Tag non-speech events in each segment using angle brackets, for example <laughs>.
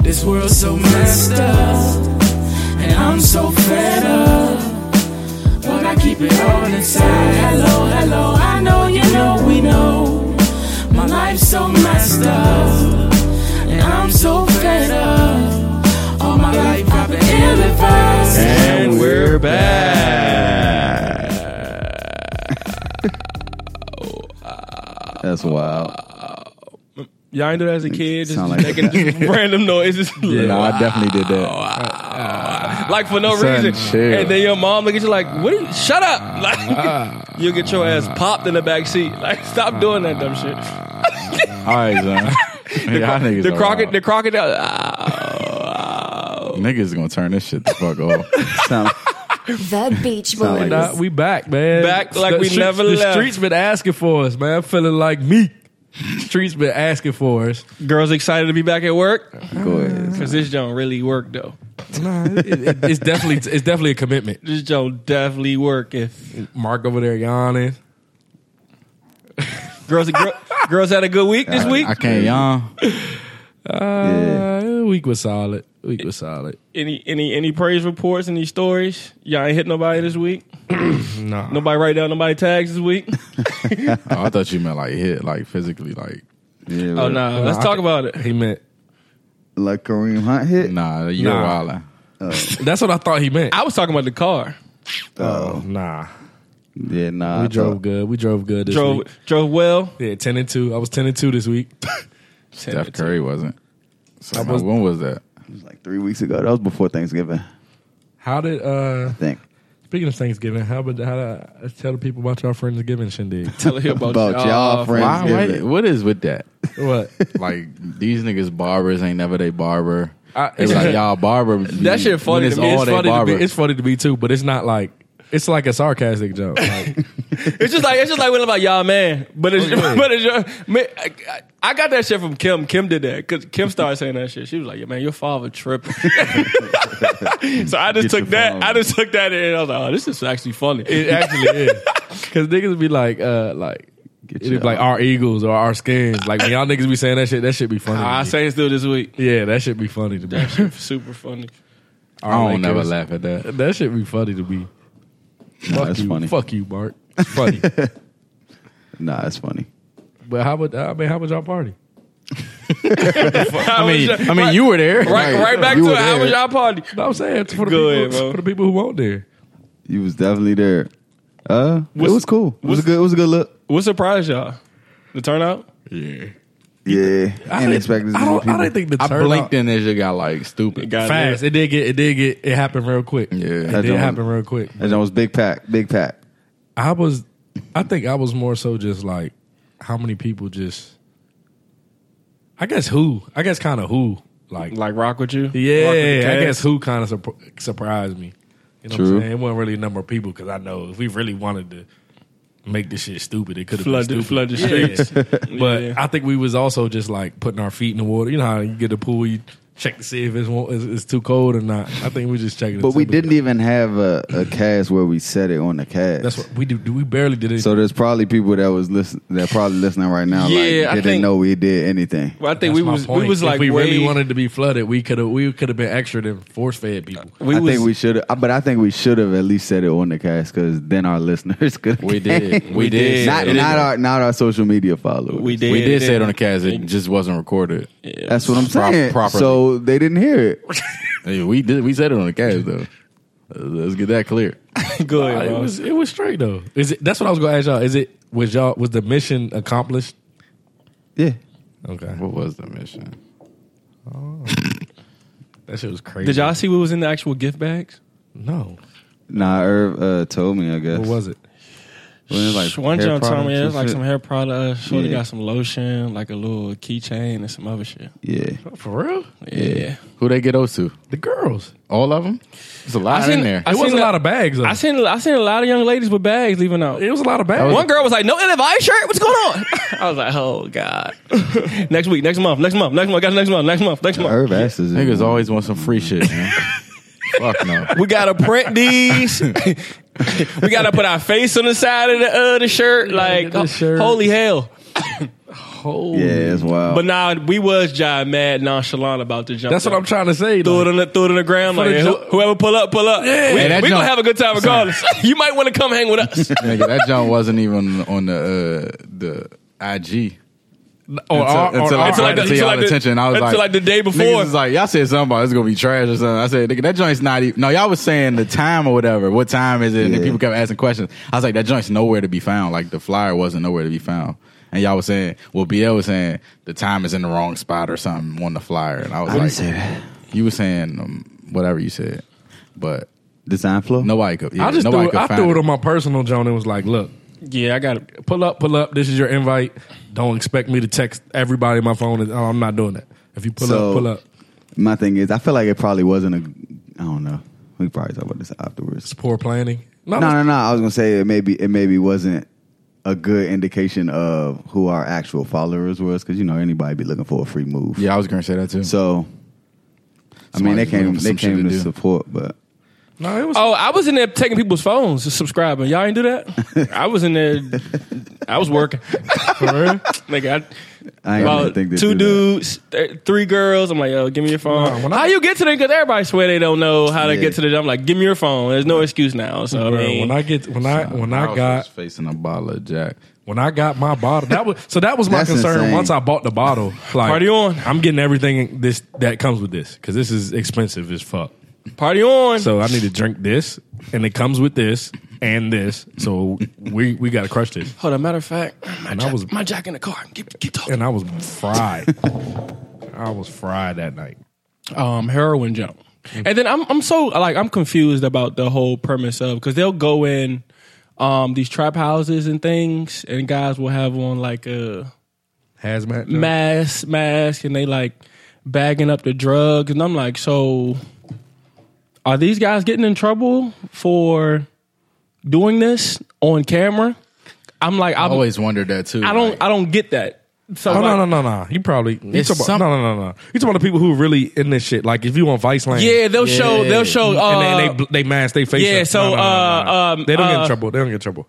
this world so messed up, and I'm so fed up. But I keep it all inside. Hello, hello, I know you know we know. My life's so messed up, and I'm so fed up. All my life I've been ill advised. And we're back. That's wild. Y'all ain't do that as a kid, just Sound like- making random noises, Yeah, no, I definitely did that. <laughs> like for no Son, reason. chill. And then your mom look at you like, "What? Are you, shut up!" <laughs> Like you'll get your ass popped in the back seat. <laughs> Like stop doing that dumb shit. All right, <laughs> son. Y'all niggas The are crocodile, wild. the crocodile. ah. ow, ow. Niggas gonna turn this shit the fuck off. Sound- The Beach Sound Boys. like Nah, we back, man. Back like we streets- never the left. streets been asking for us, man. I'm feeling like me. streets been asking for us. Girls excited to be back at work go ahead. because this don't really work though. Nah, <laughs> it, it- it's definitely it's definitely a commitment. This don't definitely work if Mark over there yawning. girls gr- <laughs> girls had a good week this week. I can't yawn. Uh, Week was solid. Week was solid. Any any any praise reports? Any stories? Y'all ain't hit nobody this week. Nah. Nobody write down nobody tags <laughs> this week. Oh, I thought you meant like hit, like physically, like Yeah, Oh but- no, let's talk about it. He meant Like Kareem Hunt hit. nah, you're Nah. wildin'. that's what I thought he meant. I was talking about the car. Oh, Nah. yeah, nah. We I drove thought- good. We drove good this Drove week. drove well. Yeah, ten and two. I was ten and two this week. <laughs> Steph Curry wasn't. So I now, was- when was that? It was like three weeks ago. That was before Thanksgiving. How did uh I think speaking of Thanksgiving, how about how did I tell the people about your Friendsgiving shindig? <laughs> Tell her about, about y'all Why, friends. why- what is with that? what? Like these niggas barbers ain't never they barber. I- It's <laughs> like y'all barber. That shit funny when to it's me. all It's they funny to be barber. it's funny to be too, but it's not like it's like a sarcastic joke. Like, It's just like it's just like when about y'all man, but it's but it's your man, I, I- I got that shit from Kim. Kim did that because Kim started saying that shit. She was like, "Yeah, man, your father tripping." <laughs> so I just Get your took that. phone. I just took that and I was like, "Oh, this is actually funny." it actually is. Cause niggas be like uh like it'd Get be your- like our eagles or our skins. Like when y'all niggas be saying that shit, that shit be funny. to I me. say it still this week. yeah, that shit be funny to me. That shit super funny. I don't Lakers. never laugh at that. That shit be funny to me. Nah, fuck that's you, funny. Fuck you, Mark. It's funny. Nah, that's funny. but how about I mean how about y'all party? <laughs> I mean, I mean, you were there. right, Like, right back you to were it. How there. was y'all party? No, I'm saying Go for the, people, ahead, bro. for the people who won't there. You was definitely there. Uh, it was cool. It was a good. It was a good look. What surprised y'all? The turnout? Yeah, I didn't expect this I many don't. I people. didn't think the I turnout- blinked and this shit got like stupid. Got fast. It did get. It did get. It happened real quick. Yeah. it That did don't- happen real quick. And it was big pack. Big pack. I was. I think I was more so just like how many people just. I guess who. I guess kind of who. Like. Like rock with you? yeah. Rock with the I Cavs? guess who kind of surp- surprised me. You know what True. I'm saying? It wasn't really a number of people because I know if we really wanted to make this shit stupid, it could have been flood the, stupid. flood the Yeah. streets. <laughs> But Yeah. I think we was also just like putting our feet in the water. You know how you get a pool, you check to see if it's wa- it's, it's too cold or not. I think we just checking. But the we temperature. didn't even have a, a cast where we set it on the cast. That's what we do. We barely did it. So there's probably people that was listen that probably listening right now. Yeah, like, they I didn't think- know we did anything. Well, I That's think we my was point. we was If like we really way- wanted to be flooded. We could have we could have been extra than force fed people. we I was, think we should have, but I think we should have at least said it on the cast because then our <laughs> listeners could. We did. <laughs> We, We did. did. not It not is- our not our social media followers. we did we did say it on the cast. It just wasn't recorded. That's what I'm Prop- saying. properly. So they didn't hear it. Hey, we did. We said it on the cast though. Uh, Let's get that clear. Good, Uh, it bro. was it was straight though. Is it? That's what I was gonna ask y'all. Is it? Was y'all was the mission accomplished? Yeah, Okay, What was the mission? that shit was crazy. Did y'all see what was in the actual gift bags? No. nah. Irv uh, told me. I guess. What was it? Wasn't it Sh- One hair John told me products it or was like shit? some hair product. Shorty Yeah. got some lotion, like a little keychain, and some other shit. Yeah, For real? Yeah, Who they get those to? The girls. All of them? It's a lot I seen- in there. I It seen was a that- lot of bags. Though. I seen I seen a lot of young ladies with bags leaving out. it was a lot of bags. was- One girl was like, "No NFI shirt, what's going on?" <laughs> I was like, "Oh God!" next week, next month, next month, next month, guys, next month, next month, next month. Irv asked us. Niggas always want some free shit. <laughs> Man. Fuck no. We gotta print these. <laughs> we gotta put our face on the side of the uh, the shirt. Like, the shirt. holy hell! Holy. Yeah, it's wild. But now nah, we was jive mad nonchalant about the jump. That's what though. I'm trying to say. Threw like- it on the threw it on the ground For like the "Hey, ju- wh- whoever pull up, pull up. Yeah. we, Hey, we that gonna jump- have a good time regardless. <laughs> you might want to come hang with us. Nigga, that jump wasn't even on the uh, the IG. on until, our- on until our- I until brought like it the- to until y'all like the- attention. I was until like, like the day before. Niggas was like, y'all said something about it's gonna be trash or something. I said, nigga, that joint's not even. No, y'all was saying the time or whatever. What time is it? And then Yeah. people kept asking questions. I was like, that joint's nowhere to be found. Like the flyer wasn't nowhere to be found. And y'all was saying, well, BL was saying the time is in the wrong spot or something on the flyer. And I was I didn't like, say that. you were saying um, whatever you said, but Design flow. nobody could. Yeah, I just nobody threw it, could I find threw it it. on my personal John and was like, look, <laughs> Yeah, I got it. pull up, pull up. This is your invite. Don't expect me to text everybody my phone. Is, oh, I'm not doing that. If you pull So- up, pull up. My thing is, I feel like it probably wasn't a. I don't know. We probably talk about this afterwards. It's poor planning. No, No, no, no. I was gonna say it maybe it maybe wasn't a good indication of who our actual followers was because you know anybody be looking for a free move. Yeah, I was gonna say that too. So, I Somebody mean, they just looking came for they some shit came to to do. support, but no, it was. Oh, I was in there taking people's phones, just subscribing. Y'all ain't do that. I was in there. I was working. Nigga, I, I ain't gonna about think they two do that. dudes, th- three girls. I'm like, yo, give me your phone. Nah, when I- how you get to them? Because everybody swear they don't know how to Yeah. get to the. I'm like, give me your phone. There's no excuse now. So I Bro, mean, when I get when I when I was got facing a bottle of Jack. when I got my bottle, that was so that was my That's concern. insane. Once I bought the bottle, like Party on. I'm getting everything this that comes with this because this is expensive as fuck. party on. So I need to drink this, and it comes with this and this. So we we got to crush this. Hold on. Matter of fact, my And I jack, was- my jack in the car. Keep, keep talking. And I was fried. I was fried that night. um, heroin jump. Mm-hmm. And then I'm I'm so like I'm confused about the whole premise of because they'll go in um, these trap houses and things, and guys will have on like a Hazmat. no? mask mask, and they like bagging up the drugs, and I'm like, so are these guys getting in trouble for doing this on camera? I'm like, I I'm, always wondered that too. I don't I don't get that. So Oh like, no no no no! You probably you It's talking about, some- no no no no. You talking about the people who really in this shit? Like if you on Vice Land, yeah, they'll show Yeah. they'll show uh, and they, and they they mask they face. Yeah, up. so, No, no, no, no, no. uh, um, they don't get uh, in trouble. They don't get in trouble.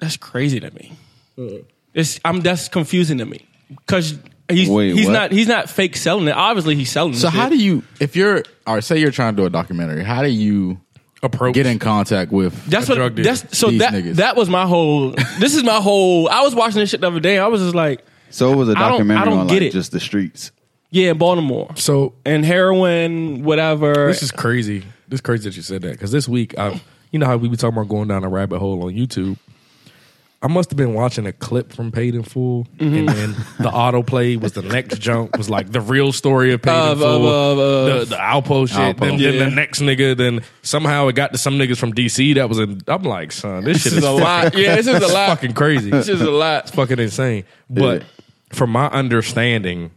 That's crazy to me. Mm. It's I'm that's confusing to me because he's Wait, he's what? not he's not fake selling it. Obviously, he's selling. So the how shit. do you, if you're, or say you're trying to do a documentary, how do you Approach. get in contact with? That's a what. drug dealer? that's so These that niggas. that was my whole. This is my whole. I was watching this shit the other day. I was just like, so it was a I don't- I documentary don't on get like it. just the streets. yeah, in Baltimore So and heroin, whatever. this is crazy. This is crazy that you said that because this week I, you know how we be talking about going down a rabbit hole on YouTube. I must have been watching a clip from Paid in Full, Mm-hmm. and then the autoplay was the next jump was like the real story of Paid in Of- Full, of- of- of- the, the Alpo shit, Alpo. Then, then Yeah. the next nigga, then somehow it got to some niggas from DC that was in. I'm like, son, this, shit is is, a fucking- lot. Yeah, <laughs> this is a it's lot. Fucking crazy. this is a lot. It's fucking insane. But Yeah. from my understanding,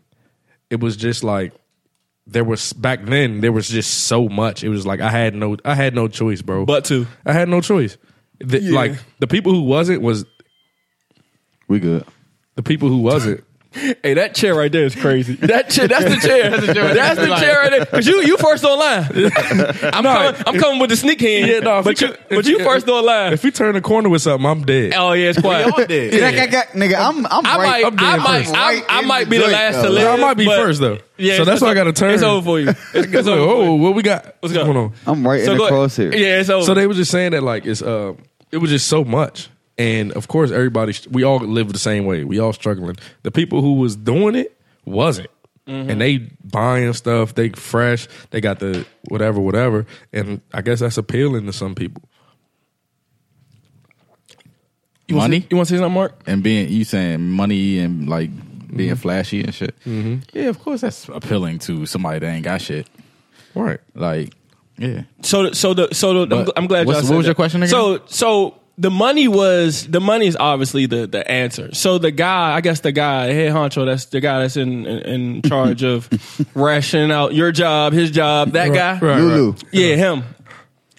it was just like there was back then there was just so much. It was like I had no I had no choice, bro. But to I had no choice. The- Yeah. Like the people who wasn't was We good. the people who wasn't. hey, that chair right there is crazy. <laughs> That chair, that's the chair. <laughs> that's the chair. right there. Like- right there. Cause you you first <laughs> online. I'm coming. I'm coming with the sneak hand. Yeah, no, if but you you could- if but you- you first online. If we turn the corner with something, I'm dead. Oh yeah, it's quiet. Nigga, I'm I'm I right. might, I'm I dead might, first. I, Right I in might the be the joint, last to though. live. I might be but- first though. Yeah, so it's- that's why I got to turn. It's over for you. It's, it's over. oh, for you. what we got? What's going on? I'm right in the go- crosshair. Yeah, it's over. So they were just saying that like it's uh it was just so much. And of course everybody we all live the same way. We all struggling. The people who was doing it wasn't. And they buying stuff, they fresh, they got the whatever, whatever. And I guess that's appealing to some people. you wanna money? say- You want to say something, Mark? and being you saying money and like being Mm-hmm. flashy and shit. Yeah, of course that's appealing to somebody that ain't got shit. Right. Like, yeah, So, so the so the, I'm, But gl- I'm glad. what's- y'all said what was your that. question again? So, so the money was the money is obviously the the answer. So the guy, I guess the guy, head honcho, that's the guy that's in in, in charge of rationing out your job, his job, that guy. Right, Lulu. right. Yeah, him.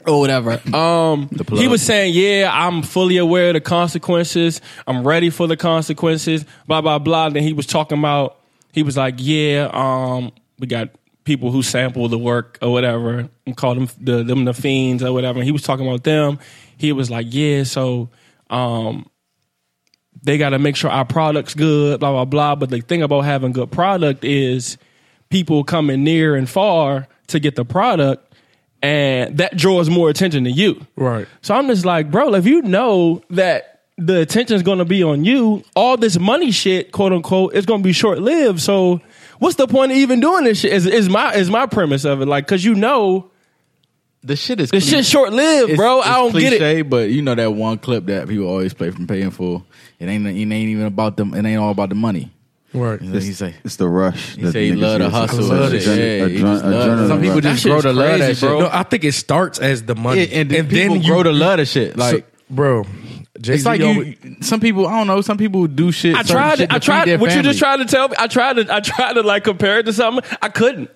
Or whatever. Um, he was saying, "Yeah, I'm fully aware of the consequences. I'm ready for the consequences." Blah blah blah. Then he was talking about. He was like, "Yeah, um, we got people who sample the work or whatever, and call them the them the fiends or whatever." And he was talking about them. He was like, "Yeah, so um, they got to make sure our product's good, blah blah blah. But the thing about having good product is people coming near and far to get the product, and that draws more attention to you. Right. So I'm just like, bro, if you know that the attention's going to be on you, all this money shit, quote unquote, is going to be short lived. So what's the point of even doing this shit? Is, is my is my premise of it like because you know The shit is this shit's short lived, bro. I don't get it. But you know that one clip that people always play from Paying Full. It ain't. It ain't even about them. It ain't all about the money. Right. You know, he say. It's the rush. He say he love to hustle. I love and it. shit. Yeah, he just love it. Some people just That grow shit's to love crazy, that shit. bro. No, I think it starts as the money, And, and, then people grow to love that shit. Like. bro. it's like you, some people. I don't know. Some people do shit. I certain tried. Shit To, I to feed their tried. What you family. just tried to tell me? I tried to. I tried to like compare it to something. I couldn't.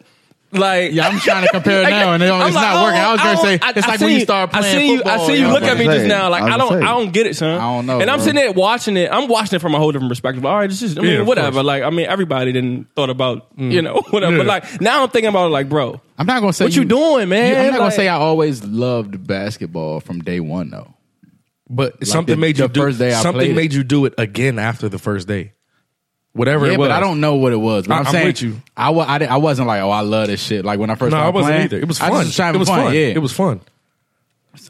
Like <laughs> Yeah, I'm trying to compare it Like, now, and it don't- I'm it's like, not I working. I was don't- gonna say I- it's I like see when you you- start I playing see you. I football, see you y'all look like- at me I was just now. Like gonna I don't. say. I don't get it, son. I don't know, And I'm bro. sitting there watching it. I'm watching it from a whole different perspective. All right, this is. I mean, Yeah, of whatever. course. Like I mean, everybody didn't thought about you know <laughs> whatever. Yeah. But like now I'm thinking about it. Like bro, I'm not gonna say What you doing, man? I'm not gonna Like- say I always loved basketball from day one though. but something the- made you the do first day I something played it. made you do it again after the first day. Whatever Yeah, it was, but I don't know what it was. But I- I, am I'm saying with you. I, wa- I, di- I wasn't like, oh, I love this shit. Like when I first No, I started wasn't playing, either. It was I fun. just was trying it to was fun. Yeah, It was fun.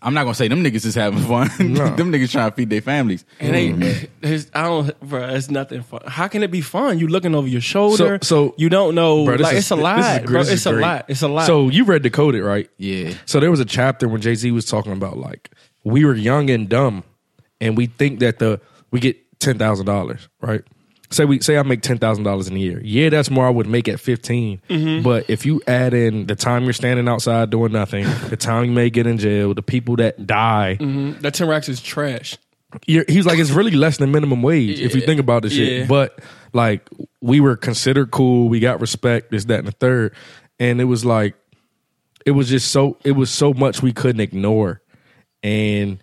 I'm not gonna say them niggas is having fun. <laughs> No. them niggas trying to feed their families. it ain't. It's, I don't, bro. It's nothing fun. How can it be fun? You looking over your shoulder. so- you don't know. Bro, this like is- it's a this is lot, gr- bro. this is It's a great. lot. It's a lot. So you read Decoded, right? Yeah. So there was a chapter when Jay Z was talking about like we were young and dumb, and we think that the we get ten thousand dollars, right? Say we say I make ten thousand dollars in a year. Yeah, that's more I would make at 15 Mm-hmm. But if you add in the time you're standing outside doing nothing, the time you may get in jail, the people that die, Mm-hmm. Mm, that ten racks is trash. you're, he was like, it's really less than minimum wage if you Yeah. think about this Yeah. shit. But like, we were considered cool. We got respect. This, that, and the third. And it was like, it was just so. It was so much we couldn't ignore. And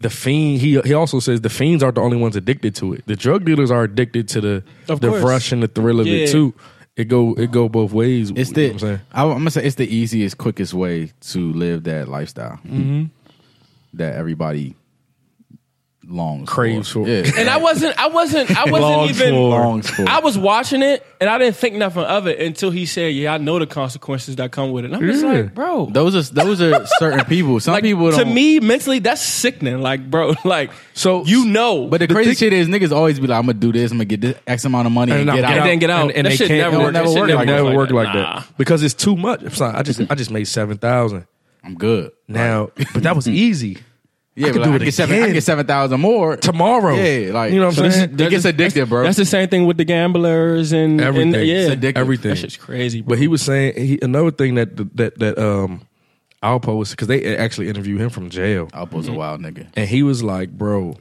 the fiend. He he also says the fiends aren't the only ones addicted to it. The drug dealers are addicted to the Of the course. rush and the thrill of Yeah. it too. It go it go both ways. It's you the know what I'm saying. I, am gonna say it's the easiest, quickest way to live that lifestyle Mm-hmm. that everybody longs Craves for. Yeah. And I wasn't. I <laughs> wasn't. I wasn't Longs even. for. longs for. I was watching it and I didn't think nothing of it until he said, "Yeah, I know the consequences that come with it." And I'm just Yeah. like, bro. those are those <laughs> are certain people. Some like, people to don't. me mentally, that's sickening. Like, bro, <laughs> like So- you know, But the, crazy shit is niggas always be like, I'm gonna do this, I'm gonna get this X amount of money and, And I'm get getting out. and then get out. And, and that they shit can't. never it works. never That shit work never like works that. never work like Nah. that because it's too much. It's not- I just I just made seven thousand. I'm good. Now, <laughs> but that was easy. Yeah, could but do like, it I get seven I again. get seven thousand more Tomorrow. Yeah, like You know what I'm so this is- saying? It gets addictive, bro. That's the same thing with the gamblers and Everything. And, yeah, It's addictive. Everything. That shit's crazy. Bro. But he was saying he, another thing that that that um Alpo was because they actually interviewed him from jail, Alpo's a wild nigga. and he was like, "Bro,"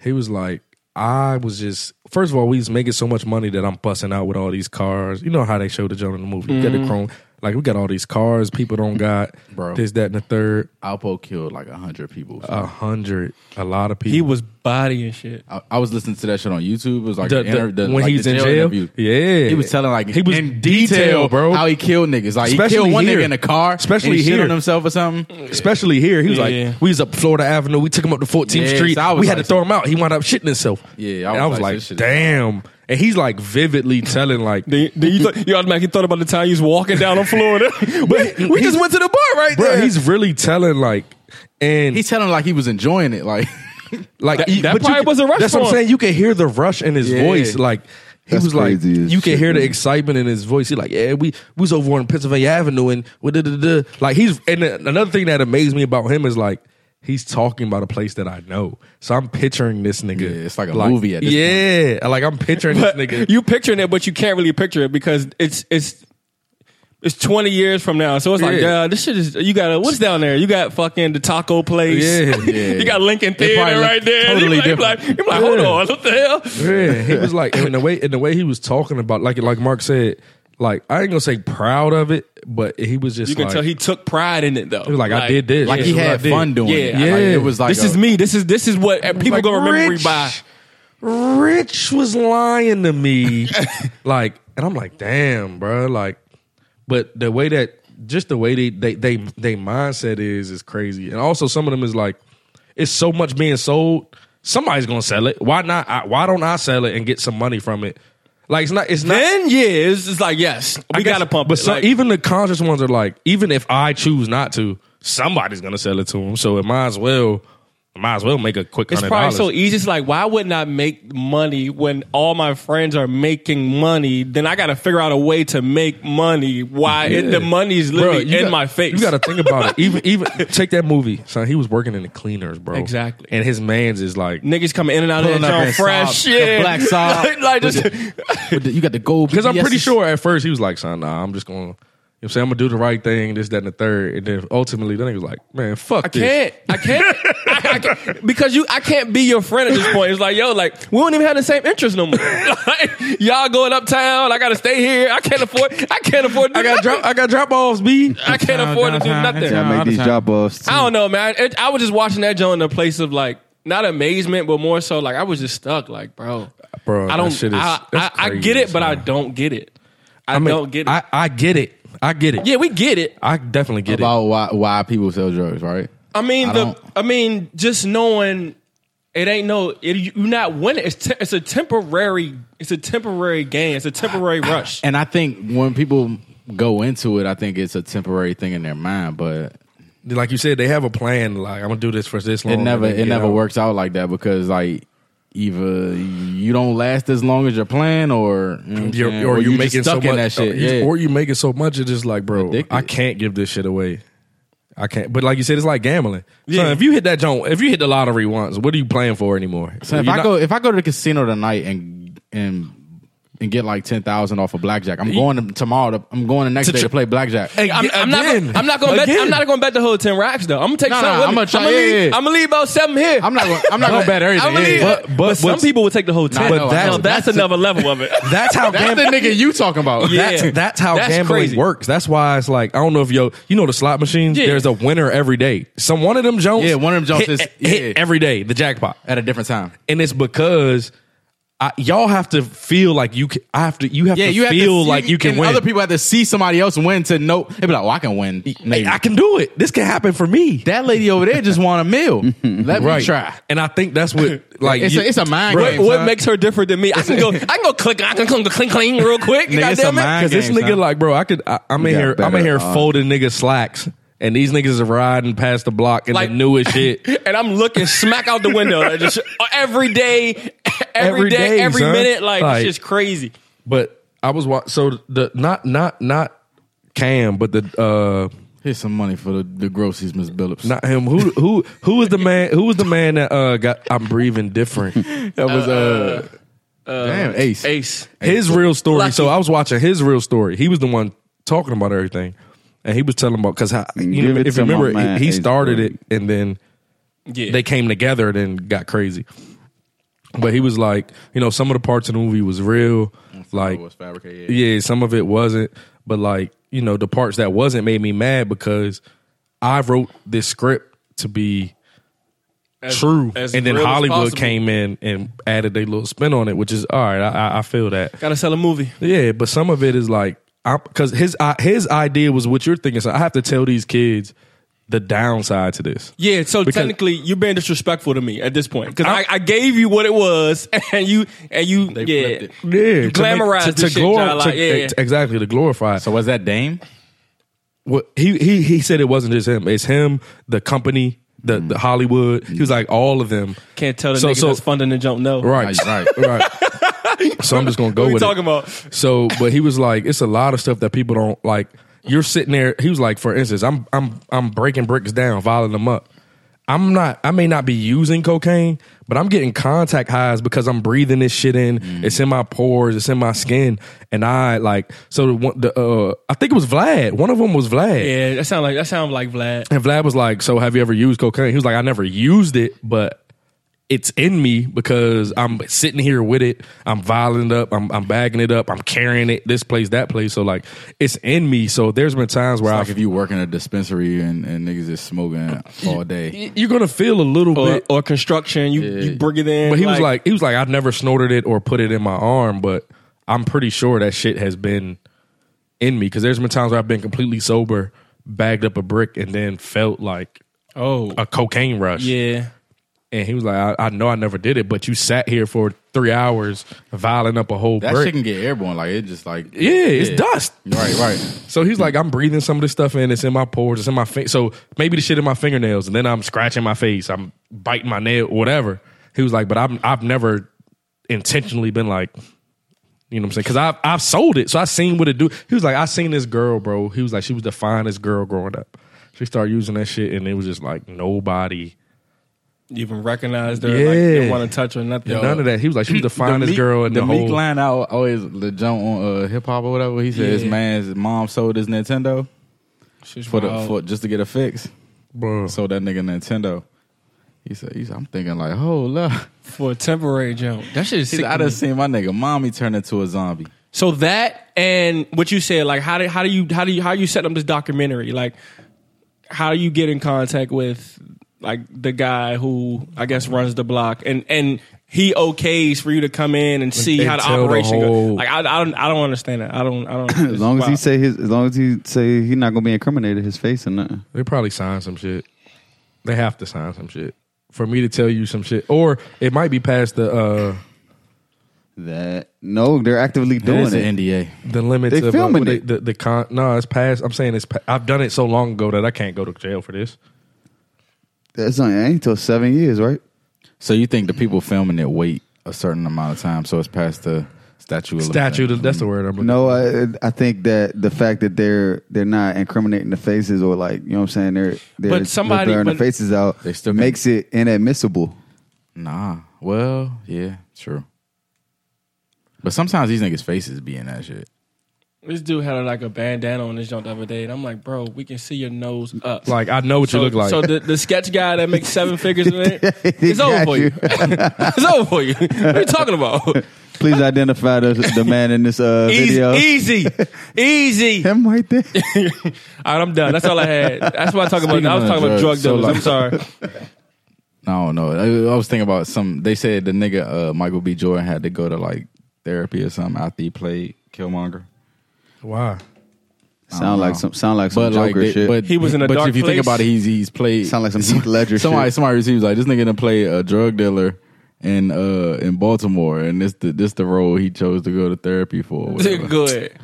he was like, "I was just first of all, we was making so much money that I'm busting out with all these cars. You know how they show the Jonah in the movie? You got Mm-hmm. the chrome, like we got all these cars. People don't got Bro. this, that, and the third. Alpo killed like a hundred people. A hundred, a lot of people. he was bodying <laughs> shit. I, I was listening to that shit on YouTube. It was like The- an inter- the- the- when like he's the in jail, jail? interview. Yeah. he was telling like He was in detail, detailed, bro. how he killed niggas. Like Especially he killed one here. nigga in a car, Especially and he shit here. on himself or something. Especially here, he was Yeah. like, we was up Florida Avenue. We took him up to 14th Yeah, Street. so I was we had like- to throw him out. He wound up shitting himself. Yeah, I was, and I was like, this shit is- damn. And he's like vividly telling like, <laughs> Then, then you, thought- you automatically thought about the time you was walking down on Florida. <laughs> we, we just went to the bar right bro, there. he's really telling like, and He's telling like he was enjoying it. <laughs> Like like That- you- that but you probably can- was a rush That's what for I'm him. saying. You can hear the rush in his Yeah. voice. Like he That's was like, crazy as you can shit, hear the man. excitement in his voice. He like, yeah, we we was over on Pennsylvania Avenue and we da da da. Like he's and then another thing that amazed me about him is like. He's talking about a place that I know, so I'm picturing this nigga. Yeah, it's like a movie at this yeah, like I'm picturing this <laughs> But nigga. you picturing it, but you can't really picture it because it's it's it's twenty years from now. So it's like, Yeah. yeah, this shit is. You got a, what's down there? You got fucking the taco place. <laughs> Yeah. Yeah. you got Lincoln probably Theater look right there. totally you like, different. You're like, hold Yeah. on, what the hell? Yeah, he was like, and the way and the way he was talking about, like like Mark said, like I ain't gonna say proud of it, but he was just You can like, tell he took pride in it though. was like, I did this. like Yeah. he That's what had I did. fun doing it. Yeah. Like, Yeah. it was like this a- is me. This is this is what uh, people Like, gonna remember me Rich- by. Rich was lying <laughs> to me. like, and I'm like, damn, bro. Like, but the way that just the way they they they they mindset is is crazy. And also some of them is like, it's so much being sold Somebody's gonna sell it. Why not? I, why don't I sell it and get some money from it? Like it's not. It's not. Then yeah, it's just like yes, I we guess- gotta pump But it. some- like, even the conscious ones are like, even if I choose not to, somebody's gonna sell it to them. So it might as well, might as well make a quick it's hundred probably dollars. so easy. It's like why wouldn't I make money when all my friends are making money? Then I gotta figure out a way to make money. Why Yeah. it, the money's Bro, literally you in got- my face? You got to think <laughs> about it. Even even take that movie, son. He was working in the cleaners, bro. Exactly. And his man's is like niggas coming in and out of Pulling that up joint in fresh salt, shit, the black <laughs> salt. like, like just With the- you got the gold because I'm pretty BBSs. sure at first he was like, son, nah, I'm just gonna. You know what I'm saying I'm gonna do the right thing, this, that, and the third, and then ultimately, then he was like, "Man, fuck this." can't. I can't. I, I can't. Because you, I can't be your friend at this point. It's like, yo, like we don't even have the same interests no more. <laughs> Like, y'all going uptown. I gotta stay here. I can't afford. I can't afford. To do I got nothing. drop. I got drop offs, b. I can't afford to do nothing. Yeah, I make these job offs. I don't know, man. It, I was just watching that joint in a place of like not amazement, but more so like I was just stuck. Like, bro, Bro, I don't. that shit I, is- I, that's I crazy, get it, but I son. don't get it. I, mean, don't get it. I, I get it. I get it. yeah, we get it. I definitely get it. about why why people sell drugs, right? I mean, I the don't- I mean, just knowing it ain't no it, you you not winning. It's te- it's a temporary. It's a temporary gain. It's a temporary rush. And I think when people go into it, I think it's a temporary thing in their mind, but Like you said, they have a plan. Like I'm gonna do this for this long. it never and then it get never out. works out like that because like either you don't last as long as your plan or you know what I'm You're, saying? or, you're you just making stuck so in much, that shit. or you- yeah. Or you making so much, it's just like, bro, Addicted. I can't give this shit away. I can't. But like you said, it's like gambling. Yeah. Yeah. if you hit that joint, if you hit the lottery once, what are you playing for anymore? So if You're I not- go if I go to the casino tonight and and and get like ten thousand off of blackjack, I'm going to, tomorrow. To, I'm going the next To day tr- to play blackjack. I'm, I'm not. Again. gonna- I'm not gonna. Bet, Again. I'm not gonna bet the whole ten racks though. I'm gonna take Nah, some. nah, I'ma try- I'm gonna yeah, leave, yeah, yeah. I'm gonna leave about seven here. I'm not. Gonna, I'm <laughs> not gonna bet everything. I'ma leave- yeah. But, some what's- people would take the whole ten. I know, But I that's, know. that's, another level of it. That's <laughs> how That's the gambling. <laughs> nigga you talking about. Yeah. That's, that's how That's gambling crazy. works. That's why it's like I don't know if yo, you know the slot machines. Yeah. There's a winner every day. Some one of them Jones. Yeah, one of them Jones hit, is- hit yeah. every day the jackpot. at a different time. and it's because I, y'all have to feel like you. Can, I have to. You have Yeah, to you have feel to, see- like you can and win. Other people have to see somebody else win to know. They be like, "Oh, I can win." Maybe. Hey, I can do it. This can happen for me. that lady over there just won a <laughs> meal. Let me try. And I think that's <laughs> what like It's a- it's a mind Bruh, game. what son. makes her different than me? I can go. I can go click. I can click, click, cling real quick. Nigga, it's Goddamn a it. mind Cause this game, nigga son. like, bro, I could. I, I'm in got here. I'm better in here odds. folding nigga slacks, and these niggas are riding past the block in Like- the newest shit. <laughs> <laughs> and I'm looking smack out the window like, just <laughs> every day, Every every day, day, every son. minute. Like, Like- it's just crazy. But I was wa- so the not not not Cam, but the uh Here's some money for the, the groceries, Miss Billups. not him. Who who who was the man? Who was the man that uh got? I'm breathing different. <laughs> that was uh, damn Ace. Ace. his real story. Lucky. So I was watching his real story. He was the one talking about everything, and he was telling about because you Give know, it if to you my remember, man, he, he he's started great. it, and then Yeah. they came together, and then got crazy. But he was like, you know, some of the parts of the movie was real, like was fabricated. Yeah, some of it wasn't, but like you know, the parts that wasn't made me mad because I wrote this script to be true, as and then real as Hollywood possible. came in and added their little spin on it, which is all right. I, I- I feel that. Gotta sell a movie. Yeah, but some of it is like because his I- his idea was what you're thinking. So I have to tell these kids the downside to this. Yeah, so Because- technically you're being disrespectful to me at this point because I'm- I, I gave you what it was, <laughs> and you and you yeah flipped Yeah, You glamorized to, the shit, glor- John, like, to- yeah, yeah. exactly to glorify. So was that Dame? what he he he said it wasn't just him. It's him, the company, the, the Hollywood. He was like all of them. can't tell the So- niggas so- that's funding the jump. No, Right, Right, <laughs> right. so I'm just gonna go What we with it. talking about? So, but he was like, it's a lot of stuff that people don't like. You're sitting there. He was like, for instance, I'm I'm I'm breaking bricks down, filing them up. I'm not. I may not be using cocaine, but I'm getting contact highs because I'm breathing this shit in. It's in my pores. It's in my skin, and I like. So the, one- the uh, I think it was Vlad. One of them was Vlad. Yeah, that sound like that sound like Vlad. And Vlad was like, "So have you ever used cocaine?" He was like, "I never used it, but it's in me because I'm sitting here with it. I'm violent up. I'm, I'm bagging it up. I'm carrying it this place, that place. So like, it's in me. So there's been times where Like I, if you work in a dispensary and, and niggas is smoking all day. you're gonna feel a little Or, bit. or construction, you you bring it in. But he was like, he was like, I never snorted it or put it in my arm, but I'm pretty sure that shit has been in me because there's been times where I've been completely sober, bagged up a brick, and then felt like oh a cocaine rush. yeah, And he was like, I, I know I never did it, but you sat here for three hours viling up a whole That brick. shit can get airborne. Like it just like yeah, it's dust. Right, right. So he's like, I'm breathing some of this stuff in. It's in my pores. It's in my face. So maybe the shit in my fingernails, and then I'm scratching my face. I'm biting my nail, whatever. He was like, but I'm, I've never intentionally been like, you know what I'm saying? Because I've, I've sold it. So I seen what it do. He was like, I seen this girl, bro. He was like, she was the finest girl growing up. She started using that shit, and it was just like nobody, even recognized her. Like, didn't Yeah. want to touch her, nothing. none of that. He was like, she was the finest Meek- girl in the, Meek whole. line out always the jump on uh, hip hop or whatever. He said his Yeah. man's mom sold his Nintendo She's for the wild. for just to get a fix. Bro. Sold that nigga Nintendo. He said, he said I'm thinking like, oh look, for a temporary jump. That shit is He said, sick. I to me. done seen my nigga mommy turn into a zombie. So that and what you said, like how do how do you how do you how you set up this documentary? Like how do you get in contact with like the guy who I guess runs the block and and he okays for you to come in and see And how the tell the operation goes. whole- Like I, I don't I don't understand that. I don't I <clears throat> don't. As long as he say his, as long as he say he not gonna be incriminated, his face and nothing. They probably signed some shit. They have to sign some shit for me to tell you some shit, or it might be past the uh That no, they're actively doing That's an it. NDA. the limits. They of, uh, filming what they- it. The, the con. No, it's past. I'm saying it's. Pa- I've done it so long ago that I can't go to jail for this. That's only ain't until seven years, right? So you think the people filming it wait a certain amount of time, so it's past the statute of Statute. of- That's the word I'm looking. No, I I think that the fact that they're they're not incriminating the faces or like you know what I'm saying they're they're But somebody- blurring but- the faces out They still- makes it inadmissible. Nah. Well, yeah, true. But sometimes these niggas' faces be in that shit. this dude had like a bandana on his jump the other day, and I'm like, bro, we can see your nose up. Like I know what so, you look like. So the, the sketch guy that makes seven figures in it, it's Got over for you. <laughs> you. it's over for you. What are you talking about? Please identify the, the man in this <laughs> uh, video. Easy, easy, easy. Him right there. All right, I'm done. That's all I had. That's what I talking about. Speaking I was of talking about drug drugs, so dealers. like- I'm sorry. I don't know. I, I was thinking about some. They said the nigga uh, Michael B. Jordan had to go to like therapy or something after he played Killmonger. Why? Sound like some sound like some But like, Joker they- shit. but He was in a But dark if you place. think about it, he's he's played. sound like some Heath <laughs> Ledger somebody shit. somebody receives like this nigga done play a drug dealer in uh in Baltimore, and this the this the role he chose to go to therapy for. <laughs> or <laughs> whatever. Good.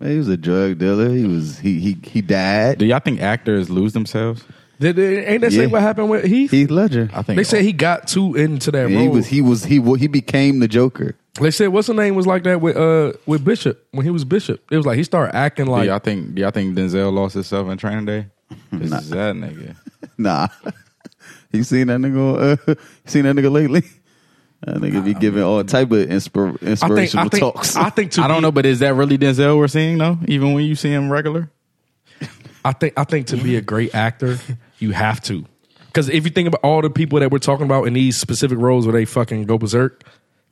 Man, he was a drug dealer. He was he he he died. Do y'all think actors lose themselves? Did, did- ain't that say Yeah. what happened with Heath? Heath Ledger. I think They said he got too into that Yeah, role. he was he was he wa- he became the Joker. they said what's the name was like that with uh with Bishop when he was Bishop. It was like he started acting Do like y'all think? Do y'all think Denzel lost himself in Training <laughs> Day? This is that nigga. Nah, <laughs> you seen that nigga? Uh, seen that nigga lately? That nigga be giving all type of inspir- I think inspirational I think talks. <laughs> I think to I be- don't know, but is that really Denzel we're seeing though? Even when you see him regular, I think I think to be a great actor, you have to. Because if you think about all the people that we're talking about in these specific roles where they fucking go berserk,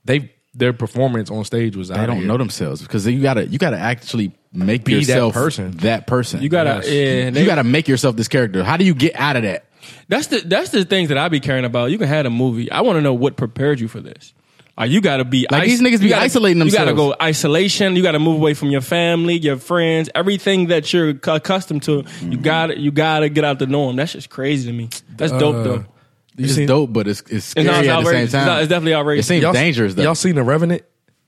they their performance on stage was. they don't know themselves because you gotta you gotta actually make that yourself person. That person. You gotta. Yes. Yeah. They, you gotta make yourself this character. How do you get out of that? That's the that's the things that I be caring about. You can have a movie. I want to know what prepared you for this. Like you gotta be Like, these niggas be you gotta- isolating You gotta themselves. go isolation. You gotta move away from your family, your friends, everything that you're c- accustomed to. Mm-hmm. You gotta you gotta get out the norm. That's just crazy to me. That's Uh, dope though. It's seen- dope, but it's it's scary not- it's at the same outrageous. time. It's not- it's definitely outrageous. It seems Y'all- dangerous though. Y'all seen the Revenant?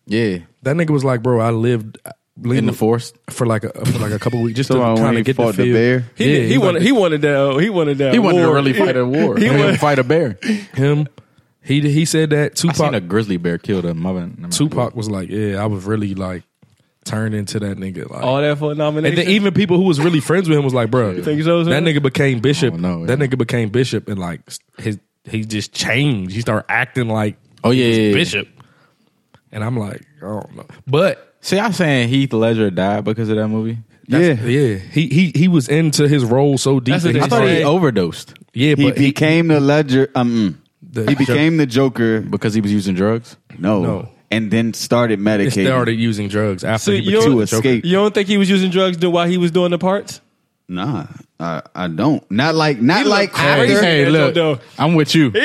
yeah, That nigga was like, bro, I lived in the forest. for like a for like a couple <laughs> weeks just So to when kind he of get the fought the feel. bear? He yeah, he, wanted he wanted that he wanted that He wanted to war. really fight a war. He wanted to fight a bear. him. He he said that I seen Tupac. a grizzly bear killed a mother. Tupac was like, yeah, I was really like turned into that nigga. Like, all that for a nomination. And then even people who was really friends with him was like, bro, think so, son? that nigga became bishop. I don't know, That yeah. nigga became bishop, and like his he just changed. He started acting like Oh yeah, yeah, yeah. bishop, and I'm like, I don't know, but See, I'm saying Heath Ledger died because of that movie. yeah, yeah, he he he was into his role so deep. That's what that they I thought he Yeah. overdosed yeah, he but he, became the Ledger. Um, The- he became the Joker. because he was using drugs. No, No. and then started he medicating started using drugs after So he you're- became to the Joker. escape. you don't think he was using drugs do- while he was doing the parts? Nah, I, I don't. Not like not looked like crazy. after. Hey, That's look, dope. I'm with you. Y'all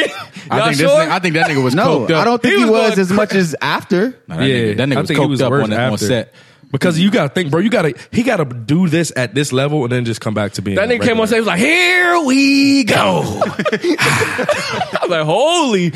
I think, this sure? nigga, I think that nigga was No, coked up. I don't think He he, was was, going as much as after. No, that Yeah, nigga, that I nigga was think he coked was up worse on, that- on after. set. Because Mm-hmm. you gotta think, bro. You gotta he gotta do this at this level and then just come back to being. That nigga came on stage was like, "Here we <laughs> go." <laughs> I was like, "Holy!"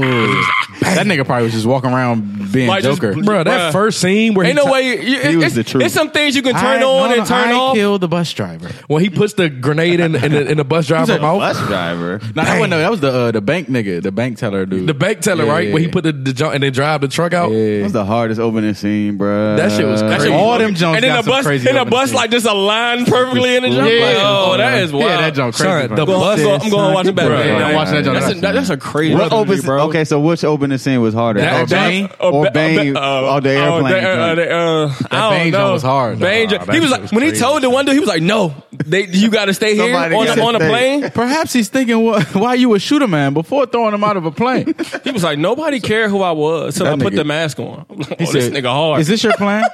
that nigga probably was just walking around being Like, just Joker. bl- bro. That Bruh. first scene where Ain't he no t- way. You, it- was it's, the truth. it's some things you can turn I- on no, and turn I off. killed the bus driver. when he puts the grenade in in the, in the bus driver mouth. driver. No, that wasn't. That was the uh, the bank nigga, the bank teller dude. The bank teller, Yeah. right? Where he put the, the jump and then drive the truck out. That was the hardest opening scene, bro. That shit was That shit crazy. was All fucking- them Jones and then got a some bus, crazy and a open bus shit. like just aligned perfectly in the jump. Like, oh, that is wild. Yeah, that jump crazy. Son, bro. the Go- bus. I'm going- I'm going to watch it back. Bruh, Yeah, I'm watching that jump. That's a, that- that's a crazy What movie, open, bro. Okay, so which opening scene was harder? That- or that- Bane, Uh, or Ba- Bane, uh, or the oh, airplane? Ba- uh, joint? the, uh, I don't Bane know. joint was hard, though. Bane joint- Nah, he that was shit like was when he crazy. told the one dude, he was like, "No, they, you got to stay here Somebody on gotta the, on the stay. plane." <laughs> Perhaps he's thinking why, why you would shoot a man before throwing him out of a plane. He was like, "Nobody cared who I was until I That put nigga- the mask on." I'm like, oh, this nigga hard. Is this your plan?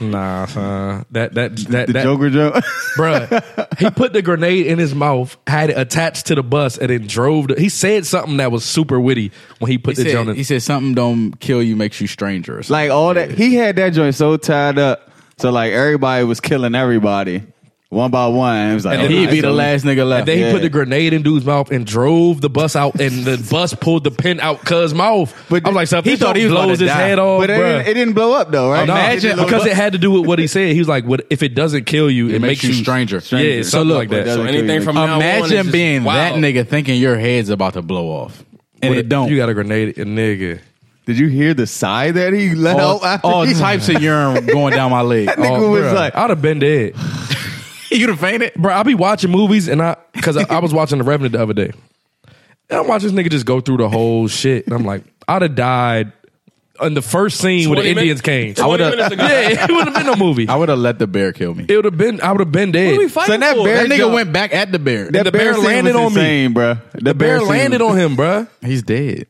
Nah, son. That that that the that Joker jump. <laughs> bruh. He put the grenade in his mouth, had it attached to the bus, and then drove. The, he said something that was super witty when he He put the jump said, in. he said something don't kill you makes you stranger. Or something. like all that, he had that joint so tied up. So like everybody was killing everybody, one by one. It was like And then all he'd right, be the so- last nigga left. And then he Yeah. put the grenade in dude's mouth and drove the bus out, and the bus pulled the pin out cuz mouth. But I was like, so if he this thought he was blows about his to die. head off, But it bruh. didn't, it didn't blow up though, right? Imagine because it had to do with what he said. He was like, "What if it doesn't kill you? It, It makes you stranger. Yeah, Stranger. something So look, like that. it doesn't- so anything from now on is Imagine just being that wild. nigga thinking your head's about to blow off. And What it if don't. You got a grenade, a nigga. Did you hear the sigh that he let all, out? After all he, types of urine going down my leg. That nigga was Oh, bruh, like, I'd have been dead, You'd have fainted. bro. I be watching movies and I because I, I was watching The Revenant the other day. And I watch this nigga just go through the whole shit, and I'm like, I'd have died on the first scene when the 20 Indians minutes- came. 20 would've- minutes ago. yeah, it would have been no movie. I would have let the bear kill me. It would have been. I would have been What dead. are we fighting So that for? bear- That nigga jump. went back at the bear. that the bear scene was landed on me. insane, bruh. That the bear scene- landed on him, bruh. He's dead.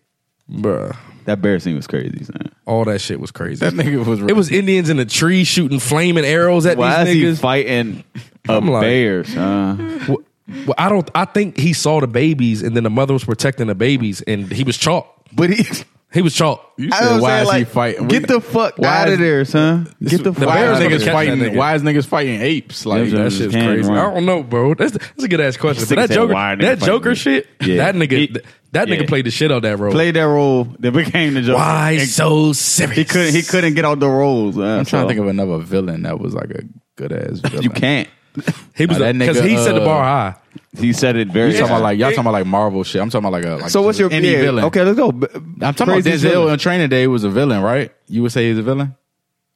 Bruh, That bear scene was crazy, son. all that shit was crazy. That nigga was. it was Indians in the tree shooting flaming arrows at Why is these he niggas. fighting a I'm like- bear, son? Well, well, I don't. I think he saw the babies, and then the mother was protecting the babies, and he was chalk. But he, <laughs> He was chalk. You I said, don't why say, is like, he fighting? Get the fuck Why out is- of there, son. Get the, the fuck Why out is Bears of niggas catch that there. fighting? nigga. Why is niggas fighting apes? Like Yeah, That just shit's can't crazy. run. I don't know, bro. That's that's a good ass question. But He that said, Joker, "Why a nigga that fighting Joker me?" shit. Yeah. That nigga, He- th- that nigga yeah. played the shit out that role. Played that role that became the joke. Why so serious? He couldn't. He couldn't get out the roles. uh, I'm trying to think of another villain that was like a good ass villain. You can't. He was Nah, that because nigga, he set the uh, bar high. He said it very. You talking about high. like y'all talking about like Marvel shit. I'm talking about like a like So what's your any yeah, villain? Okay, let's go. I'm talking about Denzel in Training Day was a villain, right? You would say he's a villain.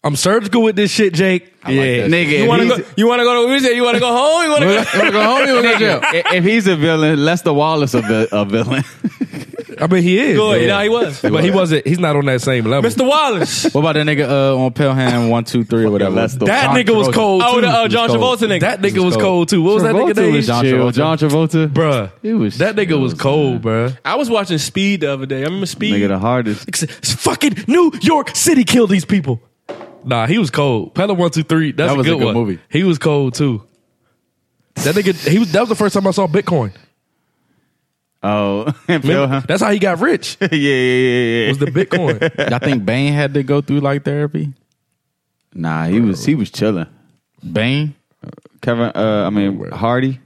I'm surgical with this shit, Jake. yeah, that nigga. You want to go? You want to go to? We said you want to go home. You want to go? Wanna go home? You wanna go to <laughs> jail? <laughs> if if he's a villain, Lester Wallace a, vi- <laughs> a villain. I mean, he is. Good. yeah. Nah, he was. but he wasn't. He's not on that same level. Mr. Wallace. What about that nigga uh, on <laughs> Pelham one two three or whatever? that's the- That John nigga was Travolta. cold. Oh, too. the uh, was John cold. Travolta nigga. That nigga was cold too. What was that nigga Travolta name? was John Travolta. John Travolta, Bruh. It was That nigga was chills, cold, bruh. I was watching Speed the other day. I remember Speed. Nigga, the hardest. It's- it's Fucking New York City killed these people. Nah, he was cold. Pella one two three. That's That was a a good, good one. movie. He was cold too. That nigga, he was. That was the first time I saw Bitcoin. Oh, <laughs> and Phil, Remember? huh? That's how he got rich. yeah, yeah, yeah, yeah. Was <laughs> the Bitcoin? Y'all think Bane had to go through like therapy? Nah, he was he was chilling. Bane, Kevin, uh, I mean Hardy,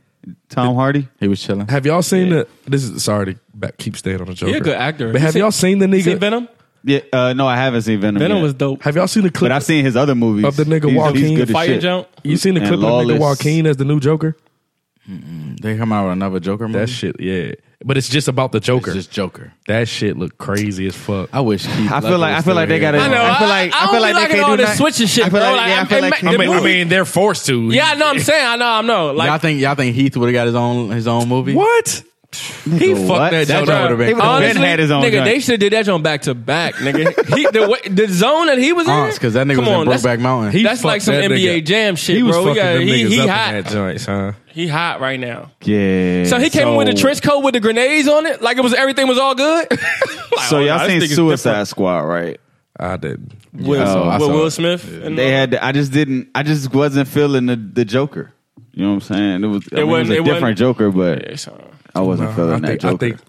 Tom Hardy. he was chilling. Have y'all seen the? This is sorry to back, keep staying on the Joker. He a good actor. But You have seen- y'all seen the nigga? See Venom. Yeah, uh, no, I haven't seen Venom. Venom yet. was dope. Have y'all seen the clip? but I've seen his other movies. Of the nigga He's- Joaquin. he's good as Fire shit. jump. you seen the and clip of the nigga Lawless. Joaquin as the new Joker? They come out with another Joker movie. That shit, yeah. But it's just about the Joker. Mm-hmm. It's just Joker. that shit look crazy as fuck. I wish. Keith I feel like I feel like they got. I know. I feel like I, I, don't feel like they be liking can't all do this nothing. switching shit, I feel bro. like- Like, yeah, I I'm- feel it like- ma- I the mean, I movie- mean, they're forced to. yeah, I know. I'm saying. I know. I know. Like, y'all think y'all think Heath would have got his own his own movie? What? He fucked what? that That joint joint out. would've been He would've honestly, Ben had his own nigga, joint. they should have did that joint back to back, nigga. he, the, way- the zone that he was in, Because that nigga come on, was in that's- Brokeback Mountain. He That's fucked like some that NBA nigga. Jam shit, he was bro. We fucking gotta- them he- niggas he up hot. in that joint, son. He hot right now. Yeah. So he came in with a so- trench coat with the grenades on it, like it was everything was all good. Like, So oh, y'all nah, this seen nigga's Suicide different. Squad, right? I didn't. With, Yeah, I saw- I with saw Will it. Smith. and- They had. I just didn't. I just wasn't feeling the, the Joker. You know what I'm saying? It was. I mean, wasn't- It, was a it wasn't- different Joker, but Yeah, so- I wasn't Nah, feeling I that think, Joker. I think.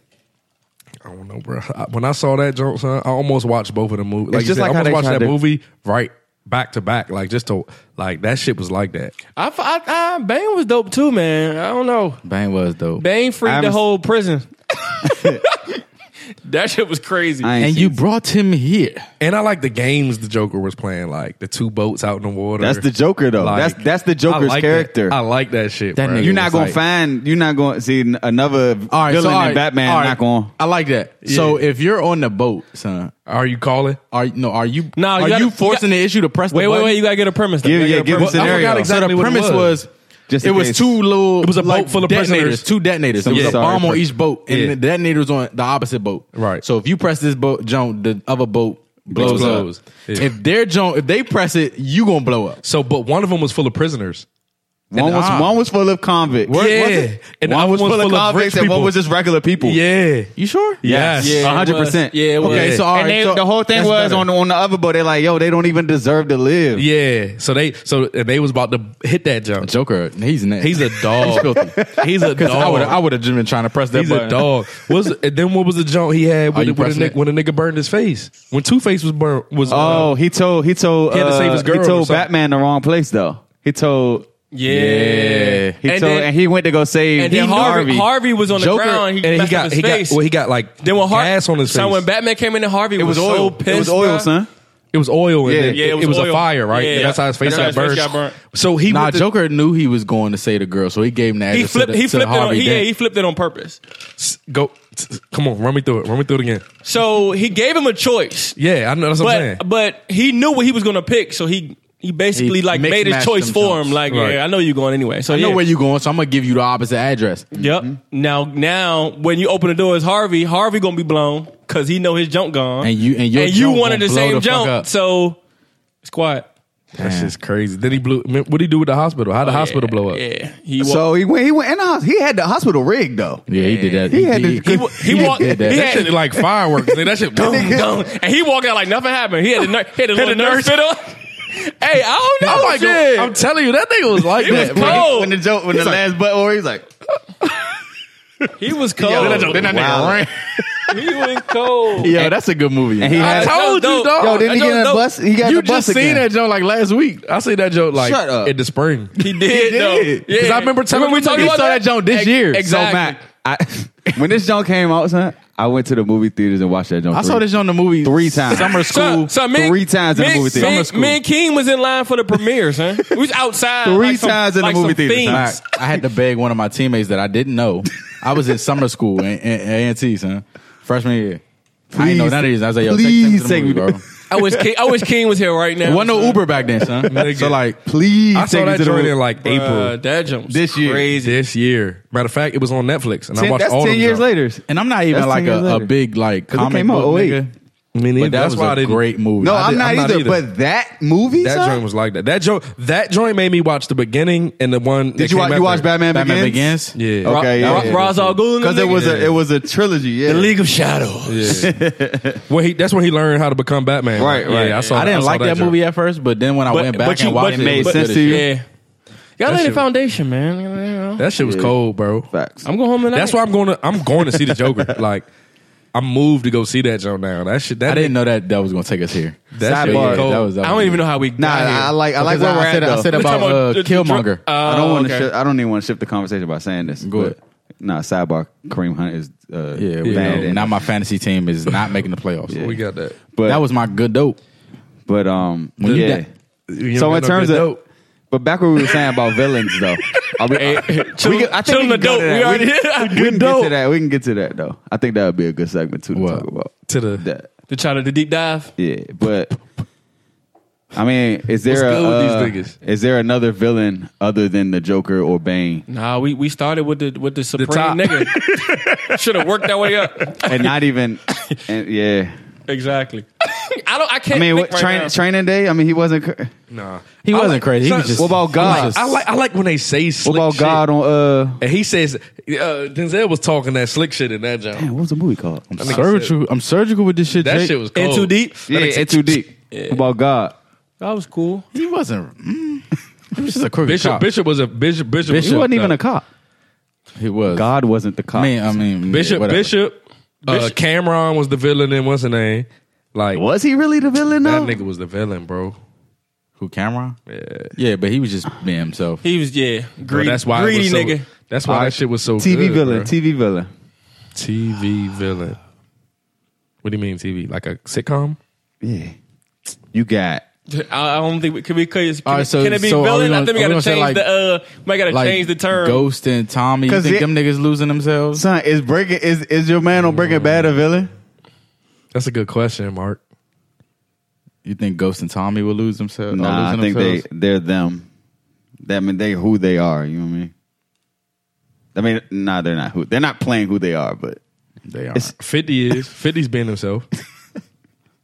I don't know, bro. I, when I saw that joke, son, I almost watched both of the movies. Like you just said, like I how almost they watched tried that to- movie right back to back, like just to like that shit was like that. I, f- I, I- Bane was dope too, man. I don't know. Bang was dope. Bane freed I'm- the whole prison. that shit was crazy. I ain't and seen- you brought him here. And I like the games the Joker was playing, like the two boats out in the water. That's the Joker, though. That's- that's the I Joker's like that. character. I like that shit. That bro. nigga You're was not gonna like- find. You're not gonna see n- another All right, villain so all right, in Batman. all right. Not gonna. I like that. So if you're on the boat, son, Are you calling? are no, are you? No, are you you, gotta- forcing you- the issue to press? wait, the wait, button? wait. You gotta get a premise. though. Give- You gotta yeah, get give premise. Oh, us an- Scenario. I forgot exactly so the what premise it was. was, Just it in was case. two little. It was a boat like, full of detonators, prisoners. Two detonators. There was Yeah. a bomb on Sorry. each boat, and Yeah. the detonator was on the opposite boat. Right. So if you press this boat, jump, the other boat blows Explodes. up. Yeah. If their jump, if they press it, you gonna blow up. So, but one of them was full of prisoners. One was ah. one was full of convicts. Where- Yeah. was it? And the one other was full, one's of full of convicts, rich and one people. was just regular people. Yeah. You sure? Yes. Yeah, Yeah, it 100%. was. Yeah, it was. Okay, so all and right, they, so the whole thing that's was better. on on the other boat. They're like, yo, they don't even deserve to live. Yeah. So they so and they was about to hit that jump. Joker. He's nasty. <laughs> He's a dog. He's <laughs> a dog. I would I would have just been trying to press that He's button. a dog. Was and then what was the jump he had Are when, you the- when, the, pressing nigga, it? when the nigga burned his face? When Two Face was burned was uh, Oh, he told he told He had to save his uh, girl he or told something. Batman the wrong place though. He told Yeah. he And told then- and he went to go save And then he- Harvey, Harvey was on the Joker- ground. He and he messed up got his he face. got well he got like then when Harvey, gas on his face. so when Batman came in, and Harvey It was, was so oil. pissed. it was oil, bruh. son. It was oil. And Yeah. then, Yeah, it, it was was, a oil. fire, right? Yeah, And that's how his face, that's how got, his face got burnt. burnt. So <laughs> he Nah, went to- Joker knew he was going to say the girl, so he gave him that. He flipped. To the, He to flipped it. the On, Harvey he, yeah, Dent. he flipped it on purpose. go. t- t- Come on, run me through it. Run me through it again. So he gave him a choice, Yeah, I know that's what I'm saying. but but he knew what he was going to pick. So he he basically He like mixed made his matched choice them for jumps. him. Like, Right. yeah, I know you're going anyway. So I yeah. know where you going, so I'm gonna give you the opposite address. Yep. Now, now, when you open the door, it's Harvey. Harvey gonna be blown because he know his jump gone, And you- and your and you jump wanted gonna the blow same the fuck jump. up. So it's quiet. That's just crazy. Then he blew. man, What did he do with the hospital? How would the hospital blow up? Oh, Yeah, he wa- So he went. He went in the hospital. He had the hospital rig though. Yeah, he did that. He had to- <laughs> he wa- he walked. He did that. That <laughs> had <laughs> shit like fireworks. nigga. that <laughs> shit. dum, dum. and he walked out like nothing happened. He had a ner- he had a little nurse fit on. <laughs> Hey, I don't know. I'm, like, Oh, shit. I'm telling you, that nigga was like He was that. cold. bro. Oh. When the joke, when the last butt, or he's like, he was cold. <laughs> Then that Wow. nigga ran. he was cold. Yo, that's a good movie. and he I had. told you, dope. dog. yo, didn't he I get in don't a know. bus? He got in you the bus just seen again. that joke like last week. I seen that joke like Shut up. in the <laughs> spring. He did though. Yeah, did. 'Cause I remember telling we him talking he about saw that joke this Ex- year. So, Exactly. Mac, Oh, I, when this joke came out, son, I went to the movie theaters and watched that joke. I saw this on the movie Three times. Summer So, school. so me, three times in me, the movie theater. Me, Summer school. me and King was in line for the premiere, son. We was outside Three like some- times in the like movie some theater, fiends. son. Mac, I had to beg one of my teammates that I didn't know. I was in summer school in in- in A&T, son. Freshman year. I didn't know Please- none of these. I was like, yo, please take, take me to the take movie, me bro. I wish King, I wish King was here right now. There wasn't no Uber back then, son. <laughs> Nigga. so like, Please, I saw take that me to the joint movie. in like Bruh, April That jump was This year. crazy. this year. Matter of fact, it was on Netflix, and I Ten, watched that's all ten them years junk. later. and I'm not even That's like 10 a, years a later. big like 'Cause it comic came out book 08. nigga. I mean, But that that's was why I a didn't- great movie. No, I I'm did- not, I'm not either, either. But that movie, That son? joint was like that. That joint, that joint made me watch the beginning and the one. that Did you came watch, you after. watch Batman, Batman Begins? Begins. Yeah. Ra- Okay, Ra- yeah, yeah. Ra's al Ghul and Because them it was niggas. a it was a trilogy. Yeah, the League of Shadows. <laughs> Well, he, that's when he learned how to become Batman. Right, Yeah, right. I saw. I didn't saw like that, joint. movie at first, but then when I went back and watched it, it, made was sense good to as you? shit. Yeah. Y'all laid the shit- foundation, man. You know, That shit was cold, bro. facts. I'm going home tonight. That's why I'm going to. I'm going to see the Joker. like, I'm moved to go see that joint now. That shit. That I didn't know that that was gonna take us here. That shit was Sidebar. Yeah, cold. that was. That I was don't even good. know how we. Nah, got here. I like I like Because where we're I at, said- I though. <laughs> said Let's about, talk uh, the- the dr- Killmonger. Oh, I don't want to. okay. Shift, I don't even want to shift the conversation by saying this. Go but- Nah, sidebar. Kareem Hunt is uh, Yeah, we banned know. in- Now my fantasy team is not making the playoffs. We got that. but that was my good dope. but um When you yeah. die- You so know, in no terms good of dope. but back what we were saying about villains though. Are we, Hey, we children- can- I think children we can adult, go to that. we We- already- we can get Adult. to that. We can get to that though. I think that would be a good segment too to What? talk about. To the- that. The child of the deep dive. Yeah, but I mean, is there What's a, good uh, with these is there another villain other than the Joker or Bane, Nah, we, we started with the with the supreme top. nigga. <laughs> Should have worked that way up. and not even and, yeah. Exactly. <laughs> I don't. I I can't. mean, what, think right train, now. training day. I mean, he wasn't. cr- Nah. He I wasn't like- crazy. He son, was just. What about God? he was just- I like I like when they say What slick about shit. God on uh? And he says uh, Denzel was talking that slick shit in that joint. Man, what was the movie called? I'm surgical. I'm surgical with this shit. That Jake. shit was cold. in too deep. Yeah, it's too deep. What about God? That was cool. He wasn't. Mm, <laughs> he was just a crooked Bishop cop. Bishop was a Bishop Bishop. He wasn't even a cop. He was. God wasn't the I cop. mean, I mean, Bishop whatever. Bishop. Uh, Bishop. Cameron was the villain and what's the name? Like was he really the villain? that Though? nigga was the villain, bro. Who Cameron? Yeah, yeah, but he was just being himself. He was yeah, Bro, greedy. that's why it greedy was so, nigga. That's why that shit was so TV good, villain, bro. TV villain. TV villain. What do you mean TV? Like a sitcom? Yeah, you got <laughs> I I don't think we, can we can, All right, so- can it be so are we villain? I gonna- think we are we gotta gonna say, change like- the uh, we gotta change the term. Ghost and Tommy. You 'Cause think it- them niggas losing themselves? son. Is breaking is is your man on Breaking Bad a villain? That's a good question, Mark. You think Ghost and Tommy will lose themselves? are Nah, I losing think they themselves? they're them. That I mean they who they are. You know what I mean? I mean, nah, they're not who they're not playing who they are, but they are it's- 50 is. 50's being himself.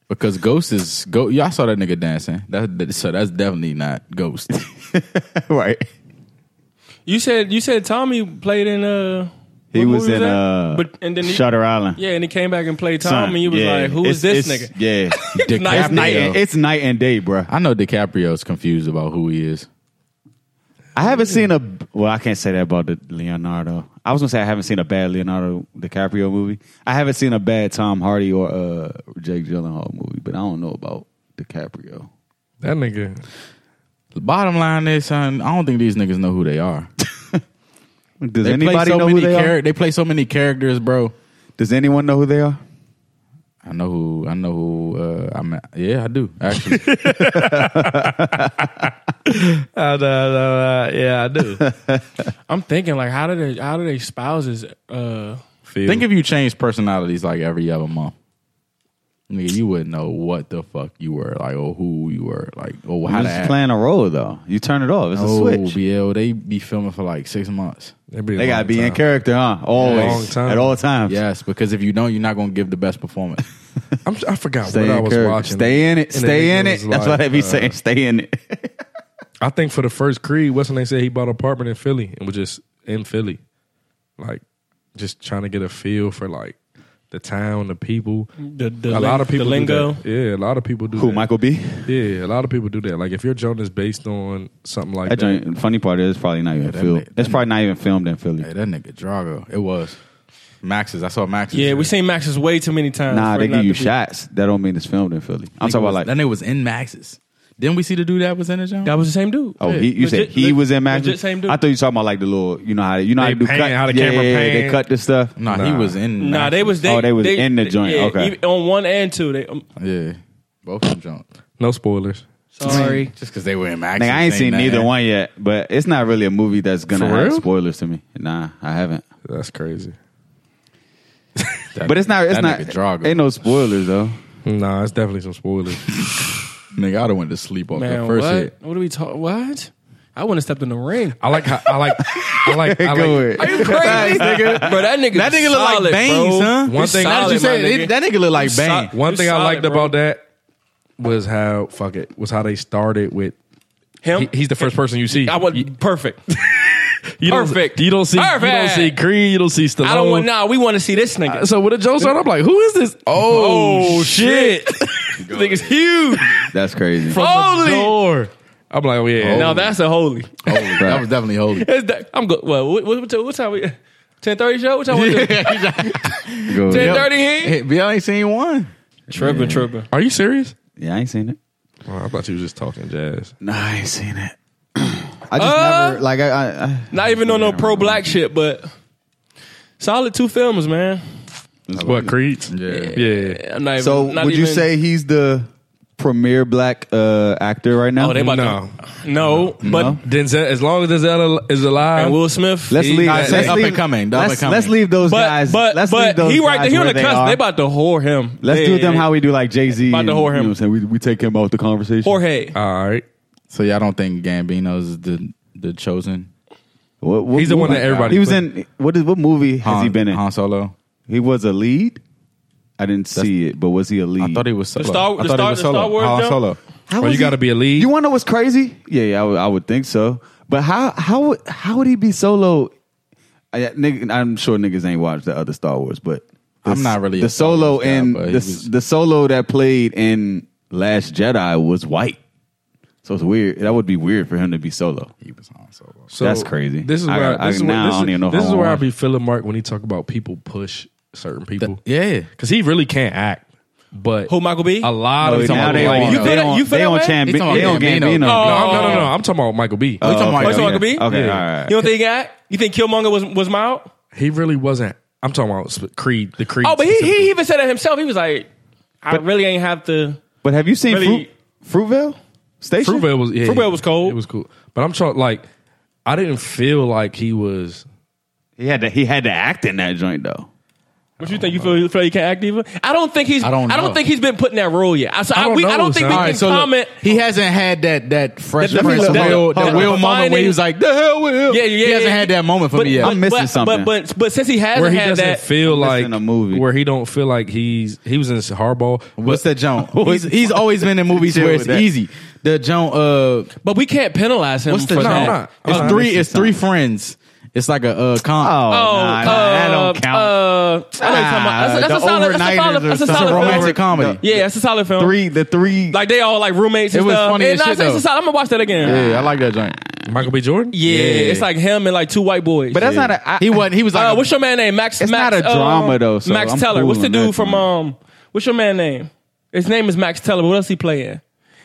because Ghost is go. Yeah, I saw that nigga dancing. That, that- so that's definitely not Ghost. <laughs> right. You said you said Tommy played in uh He what was movie in that? uh, but and then he, Shutter Island. yeah, and he came back and played Tommy. Son, and you was yeah. like, who is It's- this it's- nigga? Yeah, DiCaprio. Nice it's <laughs> night. And, it's night and day, bruh. I know DiCaprio's confused about who he is. I haven't seen a well. I can't say that about the Leonardo. I was gonna say I haven't seen a bad Leonardo DiCaprio movie. I haven't seen a bad Tom Hardy or uh, Jake Gyllenhaal movie, but I don't know about DiCaprio. That nigga. The bottom line is, son, I don't think these niggas know who they are. Does They play anybody so know who many they char- are? They play so many characters, bro. Does anyone know who they are? I know who. I know who. Uh, I'm. at- Yeah, I do <laughs> actually. <laughs> yeah, I do. I'm thinking like, how do they how do they spouses? Uh, Think if you change personalities like every other month. Nigga, you wouldn't know what the fuck you were like, or who you were like, or how You're to just act. playing a role though. You turn it off. It's oh, a switch. BL, they be filming for like six months. They gotta be in character, huh? Always, Long time. at all times. Yes, because if you don't, you're not gonna give the best performance. I'm, I forgot Stay what I in was character. watching. Stay in it. And Stay nigga in it. was That's like, what they be uh, saying. Stay in it. I think for the first Creed, Weston they said he bought an apartment in Philly and was just in Philly, like just trying to get a feel for like the town, the people. the, the A ling- lot of people the lingo. Do that. Yeah, a lot of people do. Who? that. Michael B. Yeah, a lot of people do that. Like if your joint is based on something like That that, joint. Funny part is probably not even that filmed. nigga- It's probably not even filmed in <laughs> Philly. hey, that nigga Drago, it was Max's. I saw Max's. Yeah, we seen Max's way too many times. Nah, for they it not give you to be- shots. That don't mean it's filmed in Philly. I'm Nigga was- talking about like, that nigga was in Max's. Didn't we see the dude that was in the joint? That was the same dude. oh, Yeah. he, you Legit- said he le- was in Max. legit same dude. I thought you were talking about like the little, you know how you know how They to do pan, cut, how the yeah, camera yeah, yeah, they pan. cut the stuff. nah, he Nah. was in. Nah, they was. They, Oh, they was in the joint, yeah, okay. even on one and two. They, um, Yeah, both of them joints. no spoilers. sorry, Just because they were in Max's. Nigga, I ain't seen nothing. neither one yet, but it's not really a movie that's gonna For have real? spoilers to me. Nah, I haven't. That's crazy. That- But it's not. It's that not. Nigga Drago. Ain't no spoilers though. Nah, it's definitely some spoilers. Nigga, I done went to sleep off man. the first what? hit. What are we talking? What? I wouldn't have stepped in the ring. I like how I like I like I <laughs> Go like. ahead. Are you crazy, nigga? Bro, that nigga, That nigga look like solid, Baines, bro. huh? One You solid, thing- That's what you my said. nigga. that nigga look like Bane. Sol- One you thing solid, I liked bro. about that was how fuck it was how they started with. him, he- he's the first person you see. I would perfect. You don't- Perfect. you don't see. You don't Perfect. see Creed. You don't see Stallone. I don't want. Nah, we want to see this nigga. So with a Joe started, I'm like, who is this? Oh, <laughs> shit! Nigga's huge. That's crazy. Holy. Door. I'm like, oh yeah. Now that's a holy. Holy, that was definitely holy. It's that- I'm good. Well, what, what, what time we? Ten thirty show. What time we <laughs> do? Go. Ten Yep. thirty here. Hey, BL ain't seen one. Tripping, tripping. Are you serious? Yeah, I ain't seen it. Oh, I thought you was just talking jazz. Nah, I ain't seen it. <clears throat> I just Uh, never like I. I, I Not even on no pro black shit, but solid two films, man. What Creed's? Yeah. yeah. I'm not even, so not would you even- say he's the premier black uh, actor right now? Oh, they about No. to, no, but No? Denzel, as long as Denzel is alive, and Will Smith. Let's he- leave. got- Let's up and leave- coming, the up let's- and coming. Let's leave those But guys. but let's but leave those he right there. guys He on where the they cusp. They, are. about to whore him. Let's Yeah, do them yeah, how we do like Jay Z. About to whore You know him. what I'm saying? We, we take him out the conversation. Jorge. all right. So y'all don't think Gambino's the the chosen? What- what He's the one movie? that everybody He was put- in. What is what movie has Han, he been in? Han Solo. He was a lead. I didn't see it, but was he a lead? I thought he was solo. Star- I the thought Star- he was the solo. Star Wars Han jump? Solo. Well, How was you he- got to be a lead. You want to know what's crazy? Yeah, yeah, I would, I would think so. But how how would how would he be solo? I, nigga, I'm sure niggas ain't watched the other Star Wars, but the, I'm not really a the Star Wars solo guy, and but the, he was- the solo that played in Last Jedi was white. So it's weird. That would be weird for him to be solo. He was Han Solo. So uh, That's crazy. This is I where got- I- this is where- now I this is- don't even know if This I is wanna where I watch be feeling Mark when he talk about people push certain people. Yeah, because he really can't act. But Who, Michael B? A lot No, of now people they like on, You feel they that- on, you feel they that on way? Chambi- He talking they on Gambino. Gambino. Oh, No, no, no, no. I'm talking about Michael B. Oh, you talking about Oh, so Michael B? Okay, Yeah. all right. You don't think that? You think Killmonger was was mild? He really wasn't. I'm talking about sp- Creed, the Creed. Oh, but he specifically. he even said that himself. He was like, I really ain't have to. But have you seen Really- Fruit, Fruitvale Station? Fruitvale was yeah, Fruitvale was cold. It was cool. But I'm talking like I didn't feel like he was. He had to, he had to act in that joint though. What you think? You feel, you feel you can't act even? I don't think he's. I I don't. don't I don't know. think he's been put in that role yet. I, so I, I don't we, I know, don't think son. we All can right, look, comment. he hasn't had that that fresh That- prince that- of Will, that- that Will that- moment where he was like, the hell with him. yeah, yeah, He hasn't yeah. had that moment for but, me yet. but- I'm missing but, something. But, but but since he hasn't Where he had doesn't that, feel I'm like missing a movie. Where he don't feel like he's he was in Hardball. What's that Joan? He's, he's always <laughs> been in movies Chill where with it's that. easy. The Joan, uh, but we can't penalize him what's the for Joan? I'm that. not. I'm It's not. three. It's three friends. It's like a uh, Oh, comp. Oh, nah, nah, uh, that don't count. Uh, I know you're talking about. That's, Ah, that's a the solid. That's a solid. overnighters or That's a something. solid It's a romantic film. comedy. Yeah, that's a solid film. three, the three. Like they all like roommates. and It was stuff. funny Yeah, as nah, shit, it's- it's a though. solid- I'm gonna watch that again. Yeah, I like that joint. Michael B. Jordan. Yeah, it's like him and like two white boys. but that's not a. I, He wasn't. He was like, uh, a- what's your man name? Max. It's Max, not a uh, drama, though, so Max I'm Teller. cool What's the on dude that from? one. Um, what's your man name? His name is Max Teller. But what else he play in?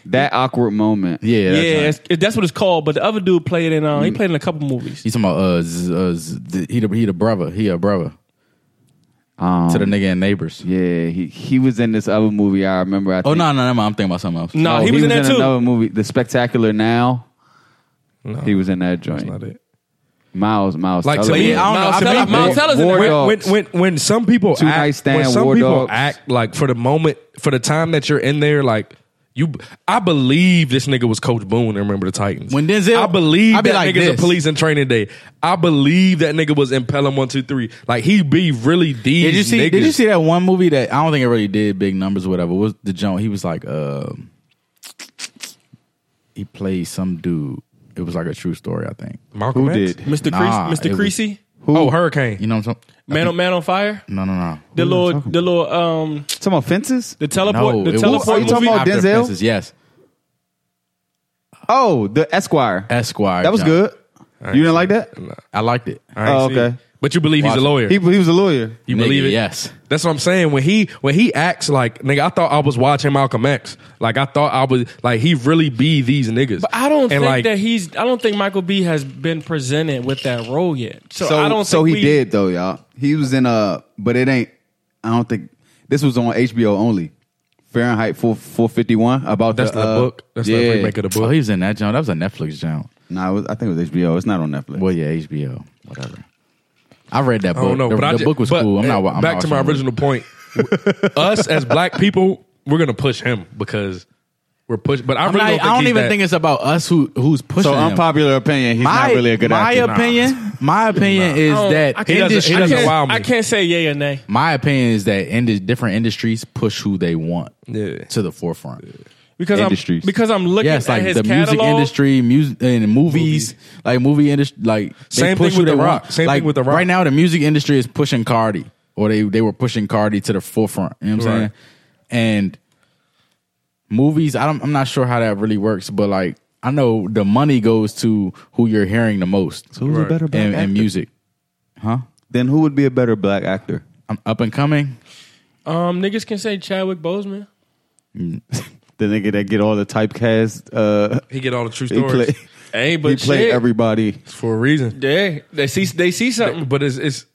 that awkward moment. yeah, Yeah, that joint. it's, it, that's what it's called. But the other dude played in. Uh, he played in a couple movies. He's talking about uh, z- uh z- the, he the he the brother. He a brother Um, to the nigga and neighbors. yeah, he he was in this other movie. I remember. I Oh think- no, no, no, I'm thinking about something else. No, he was in there too. Another movie, The Spectacular Now. He was in that joint. That's not it. Miles, Miles. Like to Teller. me, don't know. Miles I To Teller- me, Miles Teller's in War there. Dog. when, when when some people Two night act, stand, when some war people dogs. act like for the moment for the time that you're in there like you I believe this nigga was Coach Boone and remember the Titans. When Denzel- I believe I be that like nigga's this. a police in training day. I believe that nigga was in Pelham one two three. Like he be really these Did you see? niggas. Did you see that one movie that I don't think it really did big numbers or whatever? What was the joint? He was like, um, he played some dude. It was like a true story, I think. Malcolm Who X? did? Mr. Nah, Creasy, it Mr. was- Creasy, Oh Hurricane. You know what I'm talking? Man on Man on Fire. No, no, no. The little, the little, um, Some offenses? the teleport, No, the it was- teleport Are Oh, you talking movie. about After Denzel? Fences, Yes, Oh, the Esquire. Esquire. that was joint. good. You didn't like that? I liked it. I ain't Oh, see it. okay. But you believe Watch he's it. a lawyer. He, he was a lawyer. you Nigga, believe it? yes. That's what I'm saying. When he when he acts like nigga, I thought I was watching Malcolm X. Like I thought I was like he really be these niggas. But I don't And, think like, that he's. I don't think Michael B has been presented with that role yet. So, so I don't. so think he we- did though, y'all. He was in uh but it ain't I don't think this was on HBO only. Fahrenheit 4 451 about That's the, the uh, book. That's yeah. the remake of the Oh, book. he was in that joint. That was a Netflix joint. Nah, it was, I think it was HBO. It's not on Netflix. Well, yeah, HBO, whatever. I read that I book. don't know. The, but I the ju- book was but, cool. I'm uh, not. wa- I'm back not to my watching it. <laughs> original point. us as black people, we're gonna push him because we're pushing. But I I'm really not- don't think, I don't he's even that- think it's about us who who's pushing. so him. unpopular opinion, he's my not really a good my actor. opinion. My opinion I don't- is I that can't- He doesn't- he I doesn't can't- wow me. I can't say yay or nay. My opinion is that in different industries push who they want Yeah. to the forefront. because Industries. I'm because I'm looking Yes, at like his the music catalog. industry, music and movies, like movie industry, like they Same push thing who with they The Rock. want. Same thing like, with The Rock. Right now, the music industry is pushing Cardi, or they they were pushing Cardi to the forefront. You know what I'm Right. saying? And movies, I don't, I'm not sure how that really works, but like I know the money goes to who you're hearing the most, who's a better black and, actor? and music. Then who would be a better black actor? I'm up and coming. Um, niggas can say Chadwick Boseman. The nigga that get all the typecast uh he get all the true he stories play <laughs> Hey, he but played shit, everybody. for a reason. yeah, they see they see something. But it's it's.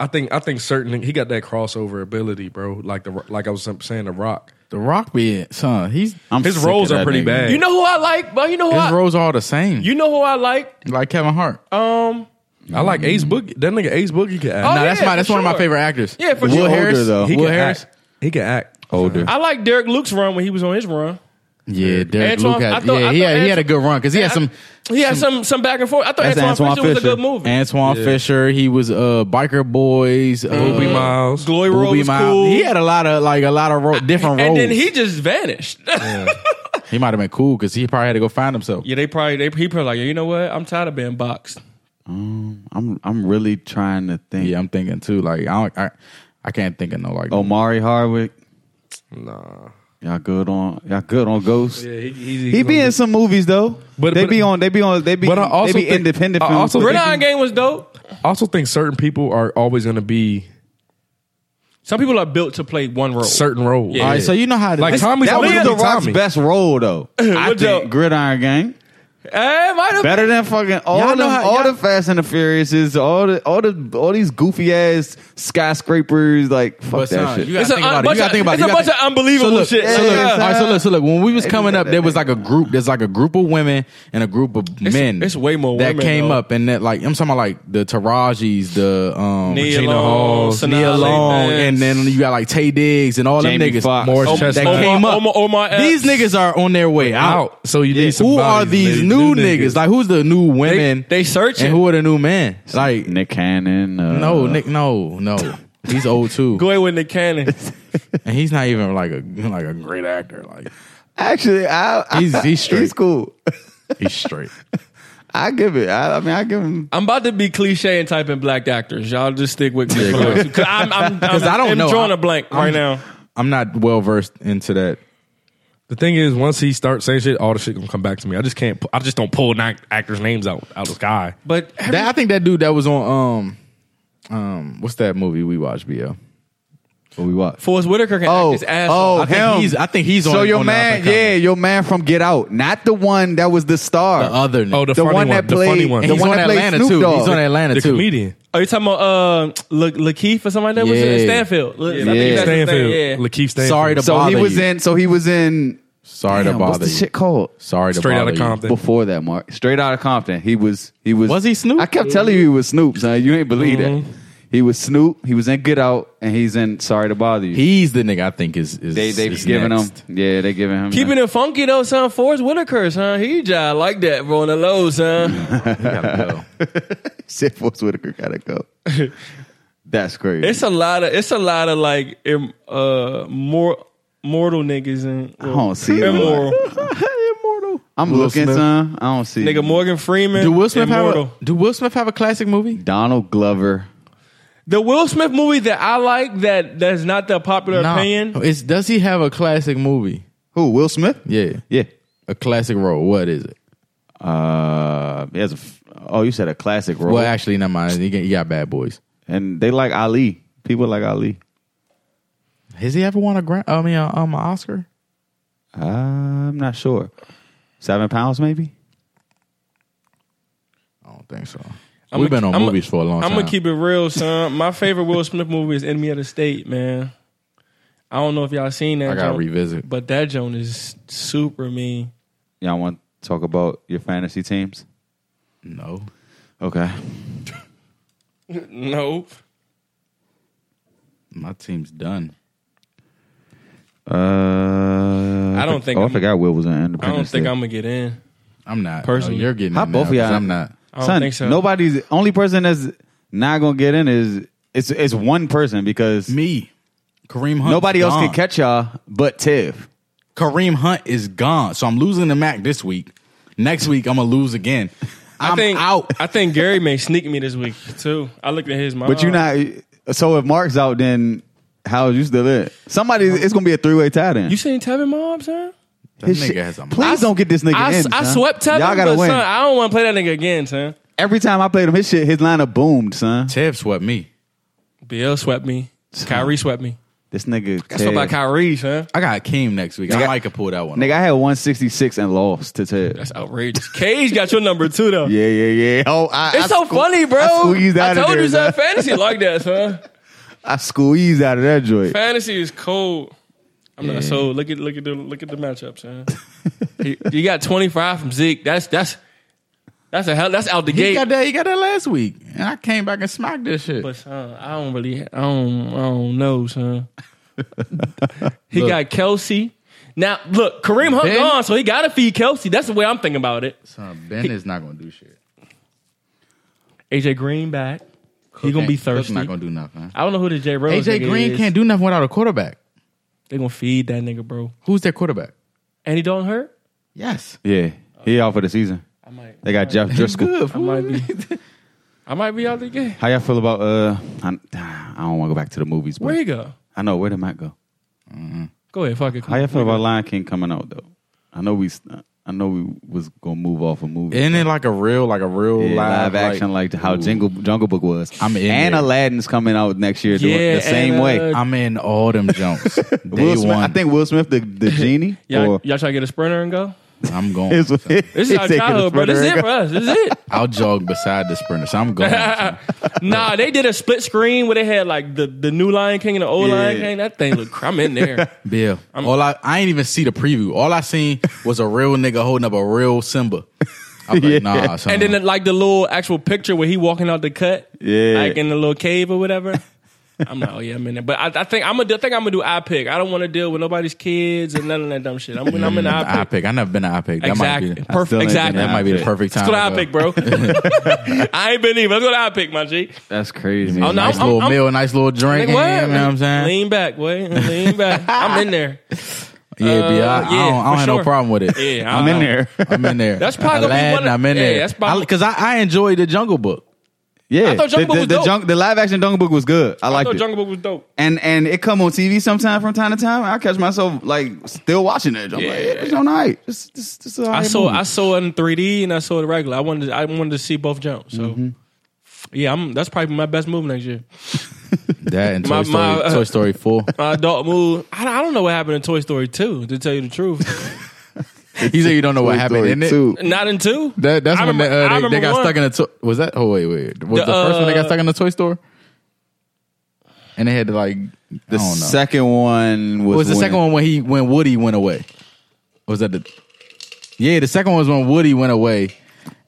I think I think certain he got that crossover ability, bro. Like the like I was saying, the Rock. The Rock be it, son. He's I'm His sick of roles that are pretty nigga. bad. You know who I like, but you know who his I, roles are all the same. you know who I like. like Kevin Hart. Um, I like Ace Boogie. That nigga Ace Boogie can act. Oh, no, that's yeah, my that's for one of my sure. favorite actors. Yeah, for Will sure. Older, Harris though. he Will can Harris. act. He can act. Older. I like Derek Luke's run when he was on his run. Yeah, Derek Antoine- Luke. I Had, thought- yeah, I he thought had, he had a Antoine- good run because he had some He had some some back and forth. I thought That's Antoine, Antoine Fisher was a Fisher. good movie. Antoine Fisher. He was uh biker boys. Uh, Booby Miles. Glory Booby Road was Miles. cool. He had a lot of like a lot of ro- different and roles. then he just vanished. he might have been cool because he probably had to go find himself. yeah, they probably they he probably like you know what? I'm tired of being boxed. I'm I'm really trying to think. Yeah, I'm thinking too. Like I don't, I, I can't think of no like. Omari Hardwick. Nah. Y'all good on y'all good on Ghost. Yeah, he, He be in some movies though. But- But they but- be on they be on they be but I also they be think- independent I films. also but they think- Renard game was dope. also think certain people are always going to be Some people are built to play one role. certain roles. Yeah. All right, so you know how to Like Tommy's That was always The gonna be Rock's Tommy. best <laughs> role though. I What think the- Gridiron Gang. Eh, might have- Better than fucking all Y'all them, know how- all y'all- the Fast and the Furiouses, all the all the all these goofy ass skyscrapers. Like fuck But that son, shit. you gotta It's a think about it. bunch You gotta of- think about it. it's You a gotta bunch think- of unbelievable so look, shit. So look, Yeah. all right, so look, so look. When we was They coming do up, that, there they was do like a group. There's like a group of women and a group of men. it's way more that women, came though. up and that like I'm talking about like the Tarajis, the um, Nia Regina Long, Hall, Sanaa Nia Ali Long, Banks. and then you got like Tay Diggs and all Jamie them niggas. Foxx. Morris Om- Chestnut. that Omar- came up. Omar- Omar Epps. These niggas are on their way out. out. So you need some. Who are these new, niggas? Like, who's the new women? they searching. And who are the new men? Like, Nick Cannon. Uh, no, Nick, no, no. He's old too, Go ahead with Nick Cannon. and he's not even like a <laughs> like a great actor. Like, Actually, I, I He's- he's straight. He's cool. he's straight. I give it. I, I mean, I give him. I'm about to be cliche and type in black actors. Y'all just stick with me. Because I'm, I'm, I'm, I don't I'm know. drawing I- a blank I'm- right now. I'm not well versed into that. The thing is, once he starts saying shit, all the shit gonna come back to me. I just can't. pu- I just don't pull nine actors' names out out of the sky. But every- that. I think that dude that was on um um what's that movie we watched? BL. What we watch? Forrest Whitaker can Oh, act his ass oh, I off. think him. he's- I think he's so on- your on the up man. and coming. yeah, your man from Get Out, not the one that was the star. The other. Oh, the, The funny one that the funny played- one, and the he's one on that played Atlanta Snoop too. Dogg. He's on Atlanta the too. comedian. Are you talking about uh, La- Lakeith or something like that? What's his Yeah. name? Stanfield. La- I think Yeah. that's his name, Stanfield, yeah. Lakeith Stanfield. Sorry to So bother he was you. in. So he was in. Sorry to Damn, bother what's the you. shit called? Sorry to straight out bother of you. Compton. Before that, Mark, straight out of Compton, he was he was Was he Snoop? Mm-hmm. I kept telling you he was Snoop, son. You ain't believe that. He was Snoop. He was in Get Out, and he's in Sorry to Bother You. He's the nigga I think is is they they is giving next. him, yeah, they giving him. Keeping it funky though, son. Forrest Whitaker, son. He jive like that, bro, on the low, son. Sid Force Whitaker <laughs> gotta go. That's crazy. it's a lot of it's a lot of like im, uh more mortal niggas and I don't see it. immoral. Immortal. I'm Will looking, Smith. son. I don't see Nigga it. Morgan <laughs> Freeman. Do Will Smith have immortal. a, Do Will Smith have a classic movie? Donald Glover. the Will Smith movie that I like that that's not the popular opinion? It's does he have a classic movie? Who? Will Smith? Yeah. Yeah. A classic role. What is it? Uh, he has a. F- oh, you said a classic role, Well, actually, never mind. He got, he got Bad Boys. and they like Ali. People like Ali. Has he ever won a grand? I mean, uh, um, an Oscar? I'm not sure. Seven pounds, maybe. I don't think so. I'm We've gonna- been on I'm gonna- movies for a long I'm time. gonna keep it real, son. My favorite Will Smith movie is Enemy of the State, man. I don't know if y'all seen that. I gotta joint, revisit. But that joint is super mean. Y'all want to talk about your fantasy teams? No. Okay. Nope. My team's done. Uh, I don't think Oh, I I'm- forgot Will was in I don't Independence. think Day. I'm gonna get in. I'm not. Personally. Personally, you're getting. How it both now, of y'all? 'cause I'm not. I don't Son, think so. Nobody's only person that's not gonna get in is it's it's one person because Me, Kareem Hunt. nobody else gone. can catch y'all but Tiff. Kareem Hunt is gone, so I'm losing the Mac this week. Next week, I'm gonna lose again. I'm <laughs> I think out. I think Gary may sneak me this week too. I looked at his mom. But you're not. So if Mark's out, then how is you still in? Somebody, it's gonna be a three way tie then. You seen Tevin Mob, son? That His nigga shit- has a mouth. please don't get this nigga I, in. s- I son. swept Tevin. Y'all gotta but, win. Son, I don't want to play that nigga again, son. Every time I played him, his shit, his lineup boomed, son. Tev swept me. BL swept me. Kyrie swept me. This nigga, That's about Ted. Kyrie, son. I got Akeem next week. I Nigga- might could pull that one. nigga, I had 166 and lost to Ted. That's outrageous. Cage got your number too, though. <laughs> Yeah, yeah, yeah. Oh, I, It's I so sque- funny, bro. I squeezed out told of there. you, son. son. Fantasy like <laughs> that, son. I squeezed out of that joint. Fantasy is cold. I'm not so look at look at the look at the matchup, <laughs> son. you, you got 25 from Zeke. That's that's that's a hell. That's out the He gate. got that. He got that last week, and I came back and smacked this shit. But son, I don't really, I don't, I don't know, son. he got Kelsey. Now look, Kareem Hunt Ben? gone, so he got to feed Kelsey. That's the way I'm thinking about it. Son, ben is not gonna do shit. AJ Green back. He gonna be Cook ain't- Cook's thirsty. not gonna do nothing. I don't know who the J. Rose. AJ Green can't do nothing without a quarterback. They gonna feed that nigga, bro. Who's their quarterback? And he don't hurt. Yes. Yeah, he out for the season. I might. They got Jeff Driscoll. Good. I <laughs> might be. I might be out the game. How y'all feel about? uh I, I don't want to go back to the movies. But Where you go? I know where did Matt go? Go ahead, fuck it. How y'all feel about Lion King coming out though? I know we. s- I know we was gonna move off a movie. Isn't it like a real, like a real Yeah, live, live, action like, how Ooh. Jingle Jungle Book was. I'm in and there. Aladdin's coming out next year the- Yeah, the same and, way. uh, I'm in all them <laughs> jumps. Day Will Smith, I one, think Will Smith the, the genie. Y'all, or- y'all try to get a sprinter and go? I'm going. It's- <laughs> This he is our taking childhood, his bro. This is it brother. for us. This is it. I'll jog beside the sprinter, so I'm going. <laughs> to. nah, they did a split screen where they had like the, the new Lion King and the old Lion King. That thing look, I'm in <laughs> there. Bill, all I, I ain't even see the preview. All I seen was a real nigga holding up a real Simba. <laughs> I'm like, nah, son. Mm, and then like the little actual picture where he walking out the cut, Yeah. like in the little cave <laughs> or whatever. I'm like, oh yeah, I'm in there. But I, I think I'm gonna, I think I'm gonna do eye pick. I don't want to deal with nobody's kids and none of that dumb shit. I'm, I'm in the Mm, I eye pick. pick. I never been to I pick. That might be. Exactly. Perfect. still ain't Exactly. been That to might be the Ipic. perfect Let's time. go to to eye go. pick, bro. <laughs> I ain't been even. Let's go to eye pick, my G. That's crazy. Oh, no, Nice I'm- little I'm- meal, nice little drink. Like, what? yeah, you know what I'm saying? Lean back, boy. Lean back. I'm <laughs> in there. Yeah, B, I, I uh, don't, I don't yeah, for have sure. no problem with it. Yeah, I I'm in know. there. I'm in there. That's probably gonna be Aladdin, one of- I'm in yeah, there. that's probably- because I, I, enjoyed the Jungle Book. Yeah, I thought Jungle the, Book the, was the dope. Jung- the live action Jungle Book was good. I I liked thought it. Jungle Book was dope. and and it come on TV sometime from time to time. I catch myself like still watching it. I'm like, yeah, it's all right. It's, it's, it's all right I saw movie. I saw it in 3D and I saw it regular. I wanted I wanted to see both jumps. So Mm-hmm. yeah, I'm that's probably my best move next year. That and Toy, <laughs> My- Story, my, uh, Toy Story <laughs> 4. My adult move. I, I don't know what happened in Toy Story 2, to tell you the <laughs> truth. You said you don't know what Toy happened Story in it. two. Not in 2. That, that's I when remember- I they, uh, they, remember they got one. stuck in a toy. Was that? Oh wait, wait. Was The, the, first one they got uh, stuck in the toy store? And they had to like The I don't know. second one was, What was the when- second one when he when Woody went away? Was that the? Yeah, the second one was when Woody went away.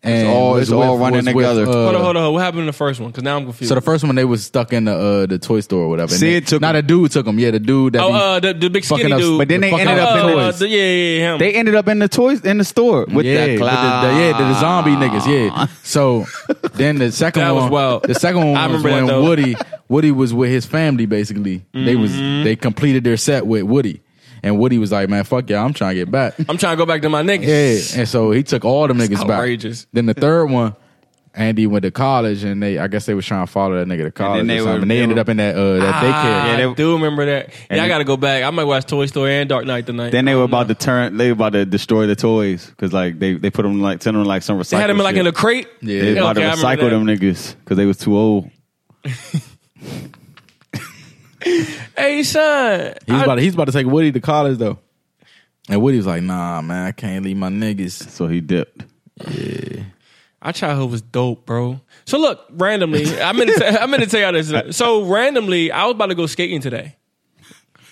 And all- was it's all running together. uh, Hold on, hold on, hold on. What happened in the first one? Because now I'm confused. So the first one they was stuck in the uh, the toy store or whatever. And Sid they- took Not him. a dude took him. Yeah, the dude that oh, be uh, the, the big fucking skinny up- dude. But then they fucking ended uh, up in uh, the- the- yeah, yeah, yeah, him. They ended up in the toys in the store with yeah, the with cloud. the- yeah, the, the zombie niggas. Yeah. So then the second That was one, wild. the second one I was remember that, when though. Woody Woody was with his family. Basically, they was Mm-hmm. they completed their set with Woody, and Woody was like, "Man, fuck y'all, I'm trying to get back." I'm trying to go back to my niggas. Yeah, and so he took all them niggas back. outrageous. Then the third one, Andy went to college, and they I guess they was trying to follow that nigga to college. they or were- something. and they, they ended were- Ah. up in that uh, that daycare. I Yeah, they- do remember that. Yeah, I they- got to go back. I might watch Toy Story and Dark Knight tonight. Then they I were don't know. about to turn. They were about to destroy the toys because like they they put them like sent them like some recycle. They had him in, like shit. in a crate. Yeah. They Okay, about I to remember recycle that. them niggas because they was too old. Hey son, He was I- about to, he's about to take Woody to college though, and Woody was like, "Nah, man, I can't leave my niggas." So he dipped. Our childhood was dope, bro. So look, randomly, I'm gonna i I'm gonna tell y'all this. So randomly, I was about to go skating today.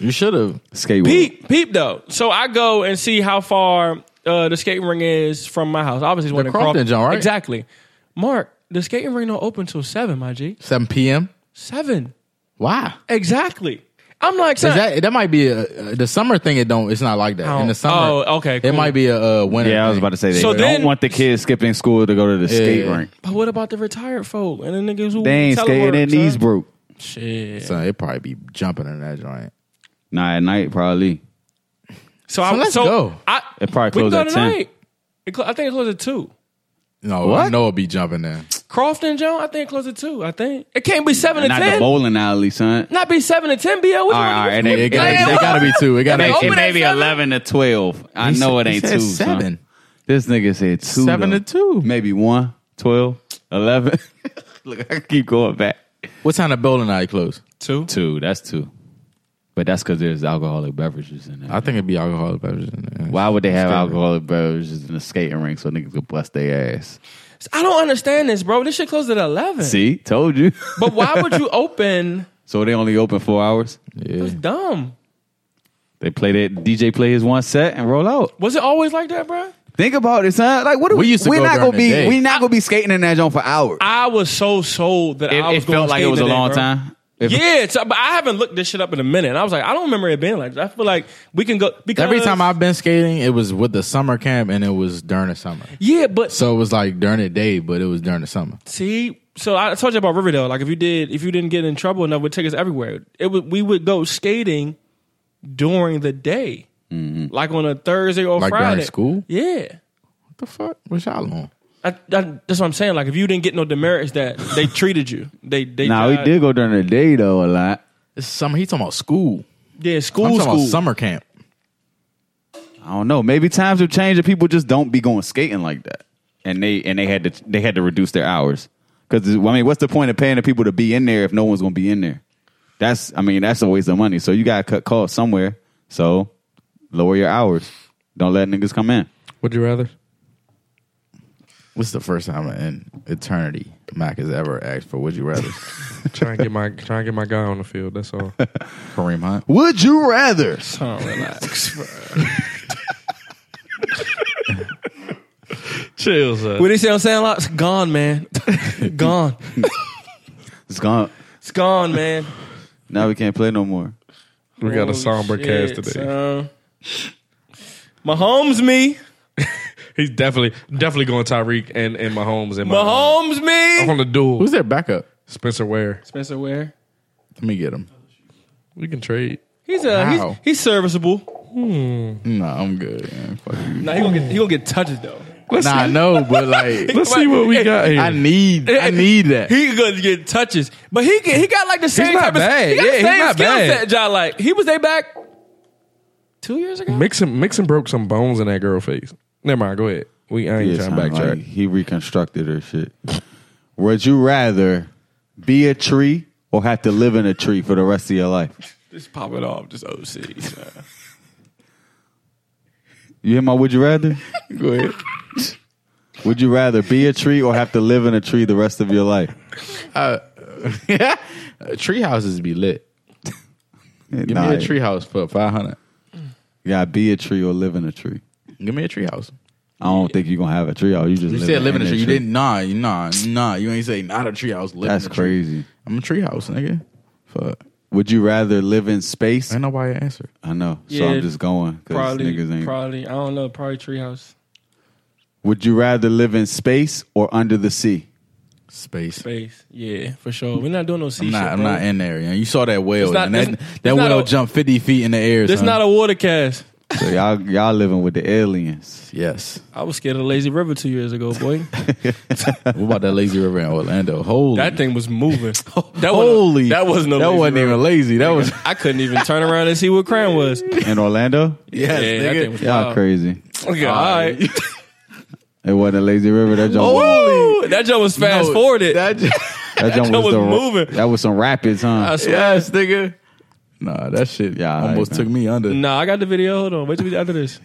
You should have. Skate Peep, peep though. So I go and see how far uh, the skating ring is from my house. Obviously, it's one in Crofton Croft- joint, right? Exactly. Mark, the skating ring don't open till seven, my G. 7 p.m. Seven. Why? Exactly. I'm like, Is son, that that might be a, the summer thing. It don't. It's not like that in Oh, the summer. oh, okay, It cool. might be a uh, winter. Yeah, I was thing. about to say that. So So they then- don't want the kids skipping school to go to the skate yeah. rink. but what about the retired folk and the niggas who They ain't skating. Their telework, son? knees broke. Shit. So it probably be jumping in that joint. Nah, at night probably. So, I, So let's so go. I, It probably we can closed go at 10. tonight. It clo- I think it closed at two. No, I What? know it be jumping there. Crofton Jones, I think closer to two. I think it can't be seven to Not the ten. bowling alley, son. Not be seven to ten. Bo, what you All right, all right. want And to they, It gotta, Yeah, it gotta be two. It gotta They be open two. at seven? to twelve. I He know said- it he ain't said two. son. seven. This nigga said two. Seven though. to two. Maybe one, 12, 11. <laughs> Look, I can keep going back. What time the bowling alley close? two? Two. That's two. But that's because there's alcoholic beverages in there. I think it'd be alcoholic beverages. in there. Why would they have Skating. alcoholic beverages in the skating rink so niggas could bust their ass? I don't understand this, bro. This shit closed at eleven. See, told you. <laughs> But why would you open? so they only open four hours. Yeah. It's dumb. They play that DJ play his one set and roll out. Was it always like that, bro? Think about it, son. Like what do We we? used to we're go not during the gonna be. day. We're not gonna be skating in that zone for hours. I was so sold that I it was it going felt like it skating was a today, long bro. time. If- Yeah, it's, but I haven't looked this shit up in a minute. And I was like, I don't remember it being like that. I feel like we can go because Every time I've been skating, it was with the summer camp and it was during the summer. yeah, but So it was like during the day, but it was during the summer. See, so I told you about Riverdale. Like if you did, if you didn't get in trouble enough, would take us everywhere. It would we would go skating during the day, like on a Thursday or Mm-hmm. Like during Friday. school? Yeah, What the fuck? What's y'all on? I, I- that's what I'm saying. Like if you didn't get no demerits, that they treated you. They they Nah, we tried- did go during the day though a lot. It's summer. He talking about school. Yeah, I'm school talking school. about summer camp. I don't know. Maybe times have changed and people just don't be going skating like that. And they and they had to they had to reduce their hours because I mean, what's the point of paying the people to be in there if no one's going to be in there? That's I mean, that's a waste of money. So you got to cut costs somewhere. So lower your hours. Don't let niggas come in. Would you rather? What's the first time in eternity Mac has ever asked for Would You <laughs> Rather? Try and get my try and get my guy on the field. That's <laughs> all. Kareem Hunt. Would you rather? Oh, <laughs> relax, bro. Chill, son. What they say on Sandlot? It's gone, man. gone. It's gone. It's gone, man. Now we can't play no more. We got a Holy somber shit, cast today. son. Mahomes me. He's definitely definitely going Tyreek and and Mahomes and Mahomes Mahomes me. on the duel. Who's their backup? Spencer Ware. Spencer Ware. Let me get him. We can trade. He's uh, Wow. he's, he's serviceable. No, I'm good. man. Fuck you. Nah, he gonna get he gonna get touches though. Let's Nah, I see. know, but <laughs> like, Let's see what we got here. I need, I need that. He gonna get touches, but he get, he got like the same not type bad. of he got Yeah, the he's same not skill bad. set. John, like he was they back two years ago. Mixon Mixon broke some bones in that girl face. Never mind. Go ahead. We I ain't Yeah, trying son, to backtrack. like, he reconstructed her shit. <laughs> Would you rather be a tree or have to live in a tree for the rest of your life? Just pop it off, just <laughs> OC. son. You hear my would you rather? Go ahead. <laughs> Would you rather be a tree or have to live in a tree the rest of your life? tree houses be lit. Give Nah, me a tree house for five hundred. You gotta be a tree or live in a tree. Give me a tree house. I don't think you're gonna have a tree. Oh, you just You said live in a tree. You didn't. Nah, you- nah, nah. You ain't say not a tree house. Live That's in a tree. crazy. I'm a tree house, nigga. Fuck. Would you rather live in space? Ain't nobody answer. I know. So Yeah, I'm just going because niggas Probably, ain't. probably. I don't know. Probably Treehouse Would you rather live in space or under the sea? Space. Space. Yeah, for sure. We're not doing no sea I'm not. shit. I'm bro. not in there. You, know. you saw that whale. It's not- and that it's- it's that not whale a- jumped 50 feet in the air. This son. not a water cast. So y'all y'all living with the aliens. Yes. I was scared of the lazy river two years ago, boy. <laughs> what about that lazy river in Orlando? Holy. that thing <laughs> was moving. That holy. Wasn't, that wasn't no. That lazy wasn't river. even lazy. That was. I couldn't even turn around and see what <laughs> crown was. In Orlando? Yes, <laughs> yeah, that nigga. thing was Y'all wild. crazy. Okay, all right. It wasn't a lazy river. <laughs> Oh, That jump was, Ooh, that joke was <laughs> fast No, forwarded. That j- that jump that was, was the- moving. That was some rapids, huh? I swear. yes, nigga. Nah, that shit. Yeah, Yeah, all right, almost man. took me under. Nah, I got the video. Hold on. Wait till we get after this.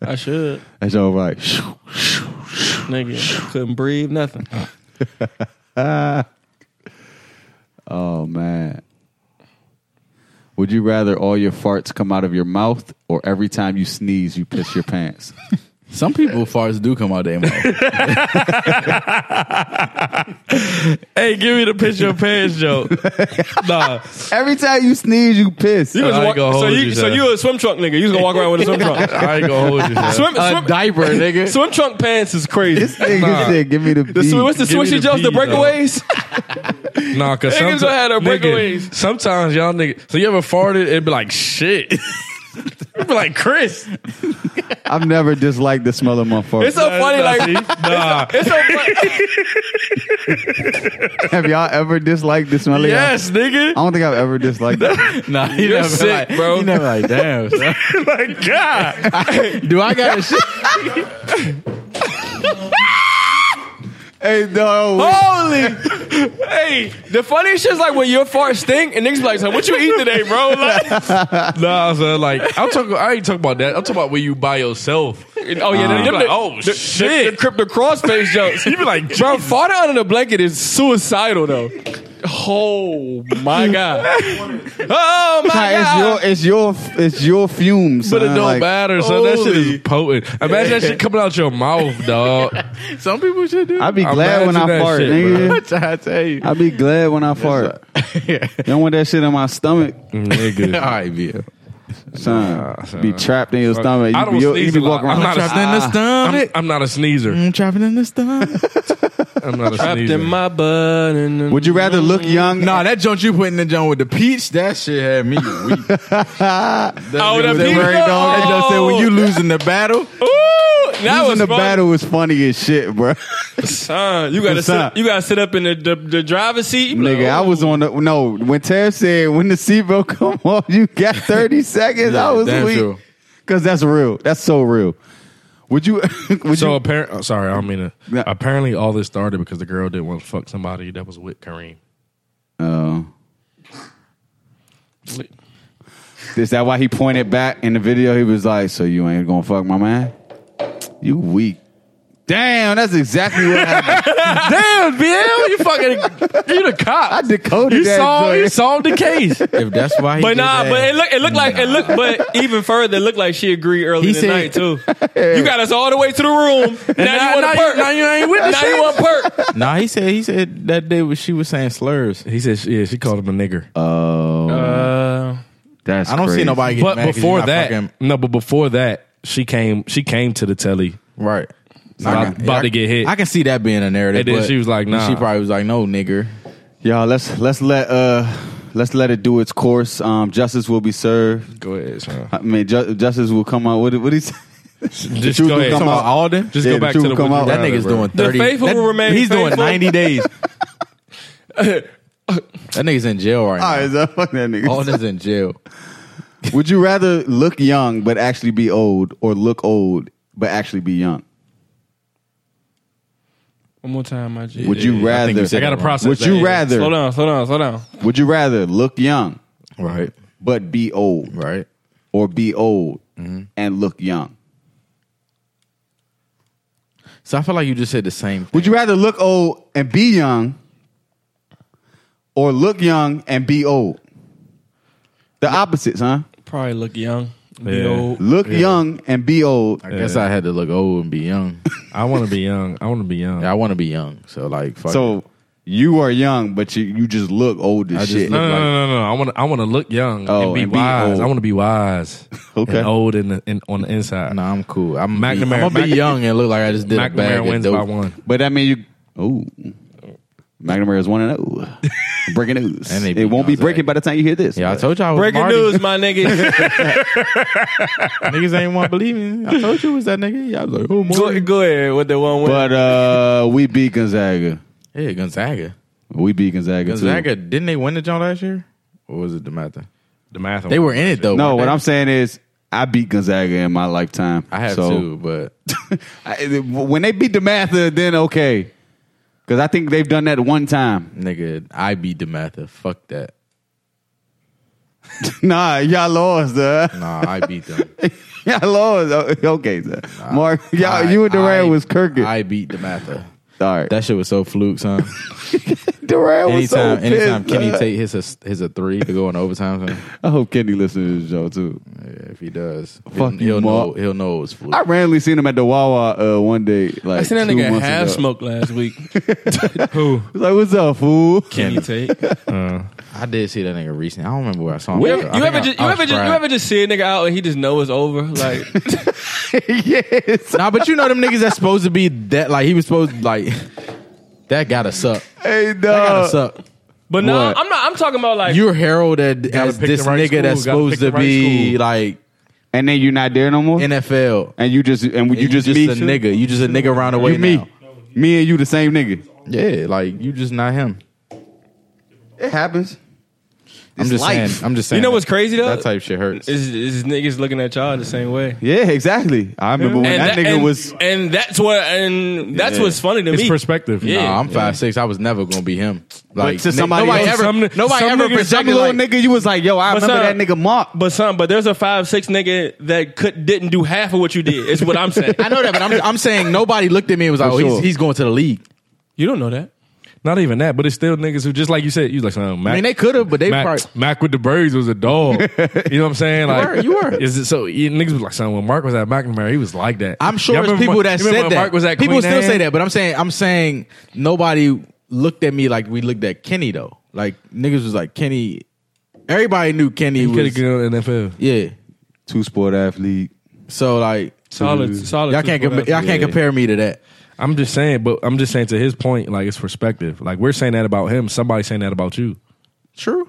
I should. That jump was like, shoo. Nigga, couldn't breathe, nothing. oh man. Would you rather all your farts come out of your mouth or every time you sneeze you piss your pants? Some people farts do come <laughs> out their mouth. Hey, give me the piss your pants <laughs> joke. nah, <laughs> every time you sneeze you <laughs> piss. You was I ain't walk- gonna so hold you, you, so sir. you a swim trunk nigga. You was gonna walk around with a swim trunk. I ain't gonna <laughs> hold you. Uh, son. Swim, a swim, <laughs> diaper, nigga. swim trunk pants is This <laughs> crazy. nigga Nah. said, "Give me the, The beat." sw- what's the Give me swishy the jokes, the bees, though. breakaways? <laughs> Nah, cause Niggas someti- done had our nigga, breakaways. Sometimes y'all nigga. So you ever farted? It'd be like shit. <laughs> it'd be like Chris. I've never disliked the smell of my It's farts. so funny, like <laughs> See? nah. it's so funny. Have y'all ever disliked the smell of y'all- Yes, nigga. I don't think I've ever disliked <laughs> that. Nah, he You're never sick, like, bro. He never like, damn. son. like <laughs> <laughs> God. Do I got a shit? hey, Oh no. Holy, hey, the funniest shit's like when your fart stink and niggas be like, "So what you eat today, bro?" Like, <laughs> Nah, son. Like I'm talking. I ain't talking about that. I'm talking about when you by yourself. oh yeah, them, You be like, the- oh the, shit. the, the crypto <laughs> crossface jokes. you be like, bro, bro, farting under the blanket is suicidal though. Oh <laughs> my god! Oh my It's god! your, it's your, it's your fumes. but it son. don't Like, matter. So that shit holy. is potent. Imagine that shit coming out your mouth, dog. Some people should do. I be I'm glad glad when you I that fart, shit, <laughs> nigga. What I tell you? I be glad when I fart. <laughs> You don't want that shit in my stomach, All Nigga. right, Bill. son. be trapped in your Fuck. stomach. You, I don't be- you, sneeze be a lot. walking around. I'm not a- Trapped in the I'm, stomach. I'm not a sneezer. I'm trapping in the stomach. I'm not a Trapped sneezer. in my butt. And Would you rather look young? <laughs> nah, that joint you put in the joint with the peach, that shit had me weak. Oh, nigga the was peach? worried on- That joint said when Oh. you losing the battle, Oh, Ooh, that Losing was the fun. battle was funny as shit, <laughs> bro. Son, you gotta What's up? sit, you gotta sit up in the the, the driver's seat. You be like, Nigga, I was on the no. <laughs> <laughs> When Terrence said when the seatbelt come off, you got thirty seconds. I was Damn weak. sure. Because that's real. That's so real. Would you? <laughs> Would So you? apparently, sorry, I don't mean to. Yeah. Apparently, all this started because the girl didn't want to fuck somebody that was with Kareem. Oh. Is that why he pointed back in the video? He was like, "So you ain't gonna fuck my man? You weak." Damn, that's exactly what happened. Damn, BL, you fucking, you the cop. I decoded You that. solved, joint. you solved the <laughs> case. If that's why he But did nah, that, but it look it looked like it looked but even further, it looked like she agreed early He in the said- <laughs> night too. You got us all the way to the room. Now, you want a perk. Now you ain't with Now you want a perk. Nah, he said he said that day was- she was saying slurs. He said, yeah, she called him a nigger. That's I don't crazy. see nobody get but mad 'cause you're before not that, fucking- no, but before that, she came, she came to the telly. right? About- about to get hit. I can see that being a narrative. And then but she was like, nah. She probably was like, "No, nigger." Y'all, let's let's let uh let's let it do its course. Um, justice will be served. Go ahead, son. I mean, ju- justice will come out. What did- what did he <laughs> say? Just truth go will ahead. come out. Alden. Just Yeah, go the back truth to the will come would out. you that That rather, nigga's bro. doing thirty. faithful that- will remain He's doing faithful. ninety days. that nigga's in jail right All now. right, so fuck that nigga. Alden's in jail. <laughs> Would you rather look young but actually be old, or look old but actually be young? One more time, my G. Would you I think rather? you said I gotta that wrong. process. would that, you yeah. rather? slow down, slow down, slow down. Would you rather look young Right. but be old, Right. Mm-hmm. or be old and look young? So I feel like you just said the same. Would you rather look old and be young, or look young and be old? The opposites, huh? Probably look young. Be Yeah. old. Look young and be old. I guess I had to look old and be young. <laughs> I want to be young. I want to be young. Yeah, I want to be young. So like, fuck it. So you are young, but you, you just look old as I just shit. No, no, like- no, no, no, no. I want to. I want to look young Oh, and be and be wise. old. I want to <laughs> be wise. Okay. And old in the, in, on the inside. nah, I'm cool. I'm be- McNamara- I'm gonna be Mc- young and look like I just did a bag McNamara of wins dope. by one. But I mean, you. Oh, McNamara is one and <laughs> zero. breaking news. And they It beat won't be Gonzaga. breaking by the time you hear this. Yeah, I but- told y'all. <laughs> Breaking Marty. news, my nigga. Niggas ain't want to believe me. I told you it was that nigga. Yeah, I was like, oh, go, Marty. go ahead with the one. Win. But uh, we beat Gonzaga. Yeah, Gonzaga. We beat Gonzaga. Gonzaga, didn't they win the joint last year? Or was it the matter? The math. They were in it, though. Too. No, weren't what they? I'm saying is, I beat Gonzaga in my lifetime. I have so, two, but <laughs> I- when they beat Dematha, then okay, because I think they've done that one time. <laughs> nigga, I beat the matter. Fuck that. nah, y'all lost, uh. Nah, I beat <laughs> them. <laughs> Y'all lost. Oh, Okay, sir. Mark, <laughs> y'all, I- you and Durant I- was crooked. I beat the matter. All right, That shit was so fluke, <laughs> son. Durant was anytime, so pissed. anytime Kenny uh. Tate hits a, hits a three to go in overtime, son, I hope Kenny listens to this show too. yeah, if he does, Fuck he'll, you, he'll Mark. know. He'll know it was fluke. I randomly seen him at the Wawa uh, one day. Like I seen that two nigga months half ago. smoked <laughs> last week. Who? I was like, "What's up, fool?" Can you take? <laughs> I did see that nigga recently. I don't remember where I saw him. You I ever, think you I- ever I just you was ever just you crying. ever just see a nigga out and he just know it's over? Like <laughs> yes. Nah, but you know them niggas that's supposed to be that like he was supposed to like that gotta suck. Hey, That gotta dog. suck. <laughs> But no, What? I'm not I'm talking about like You're heralded Gotta as pick this the right nigga school, that's gotta supposed pick the to right be school. like And then you're not there no more. And, NFL. you just and you, You just, just, me, a nigga. You just a nigga around the way You me, now. me and you the same nigga. Yeah, like you just not him. It happens. I'm just life. saying. I'm just saying. You know that- what's crazy, though? That type shit hurts. is, is niggas looking at y'all the same way. Yeah, exactly. I remember when that, nigga and, was. and that's what and that's Yeah. what's funny to It's me. perspective. Yeah. Nah, I'm five six. I was never gonna be him. Like to ni- somebody nobody else, ever, some- nobody some ever niggas- Some projected little like, nigga, you was like, "Yo, I What's remember up? that nigga Mark." But some, but there's a five six nigga that could didn't do half of what you did. Is what I'm <laughs> saying. I know that, but I'm, I'm saying nobody looked at me and was like, "Oh, he's, sure. he's going to the league." you don't know that. Not even that, but it's still niggas who just like you said. You like son, Mac. I mean, they could have, but they Mac, probably Mac with the birds was <laughs> a dog. you know what I'm saying? Like were, you were. Is it so? You, niggas was like son. When Mark was at McNamara, he was like that. I'm sure Y'all it's remember people when- that you remember said when that. Mark was at people Queen still say Anne? that, but I'm saying I'm saying nobody looked at me like we looked at Kenny though. Like niggas was like Kenny. Everybody knew Kenny He could was have gone NFL. yeah. Two sport athlete. So like Solid, solid. y'all can't two-sport com- y'all athlete. can't compare me to that. I'm just saying, but I'm just saying to his point, like it's perspective. Like we're saying that about him. Somebody's saying that about you. True.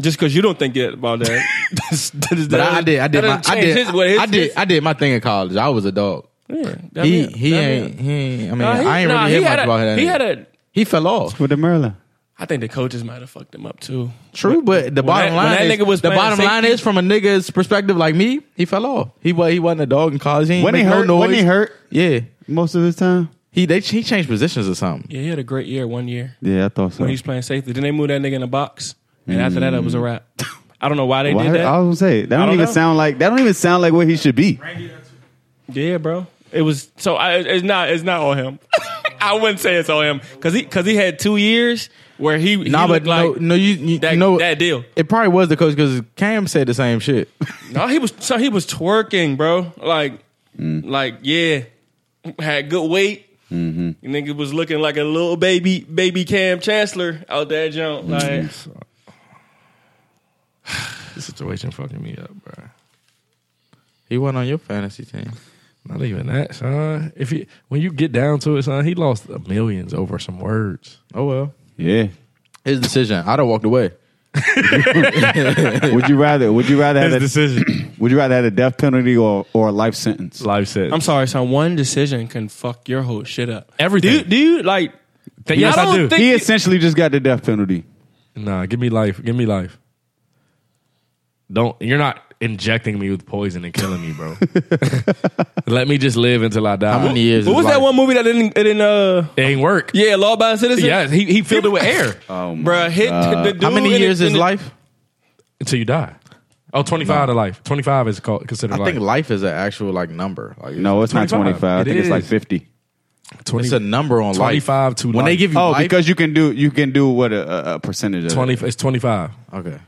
Just because you don't think that about <laughs> that. but But I, I did I did my, I did His, what, his, I did his- I did my thing in college. I was a dog. yeah, that He man- he that ain't man. he ain't I mean Nah, he- I ain't nah, really he hear had much a- about that. He nigga. had a. he fell off. with the Merlin. I think the coaches might have fucked him up too. True, but the when bottom that- line when that is nigga was the playing bottom line safety- is from a nigga's perspective like me, he fell off. He was he wasn't a dog in college. He ain't When he make no hurt- noise. when he hurt. yeah, most of his time. he they he changed positions or something. Yeah, he had a great year one year Yeah, I thought so. when he's playing safety. Then they moved that nigga in the box, and after that, it was <laughs> a wrap. I don't know why they Why- did that. I was gonna say that don't, don't even know. sound like that. Don't even sound like where he should be. Yeah, bro. It was so. I, it's not. It's not on him. <laughs> I wouldn't say it's on him because he because he had two years where he. he Nah, but looked like, no, no, you, you that- know that deal. It probably was the coach because Cam said the same shit. <laughs> No, he was so he was twerking, bro. Like, like yeah, had good weight. Mm-hmm. Nigga was looking like a little baby, baby Cam Chancellor out there, jump. Like, Mm-hmm. This situation fucking me up, bro. He wasn't on your fantasy team. Not even that, son. If you when you get down to it, son, he lost the millions over some words. Oh well, <laughs> Yeah. his decision. I'd have walked away. Would you rather? Would you rather have a, decision, Would you rather have a death penalty or, or a life <clears throat> sentence? life said. I'm sorry, son. One decision can fuck your whole shit up. Everything. Do you, do you like? yes, I, don't do. think- He essentially just got the death penalty. nah, give me life. Give me life. Don't. You're not injecting me with poison and killing me, bro. <laughs> Let me just live until I die. How many years? What is was that life? one movie that didn't? It didn't. Uh, It ain't work. yeah, Law Abiding Citizen. Yes, he, he filled it <laughs> with air Oh Bruh, hit the dude. How many in years the- is in the- life? until you die. Oh, 25 to life. 25 is called considered I life. think life is an actual like number. Like No, it's 25. not twenty five. I It think it's like is. fifty. 20, it's a number on 25 life. to when life. they give you Oh, life- because you can do you can do what a, a- a percentage of 20 it's 25. okay,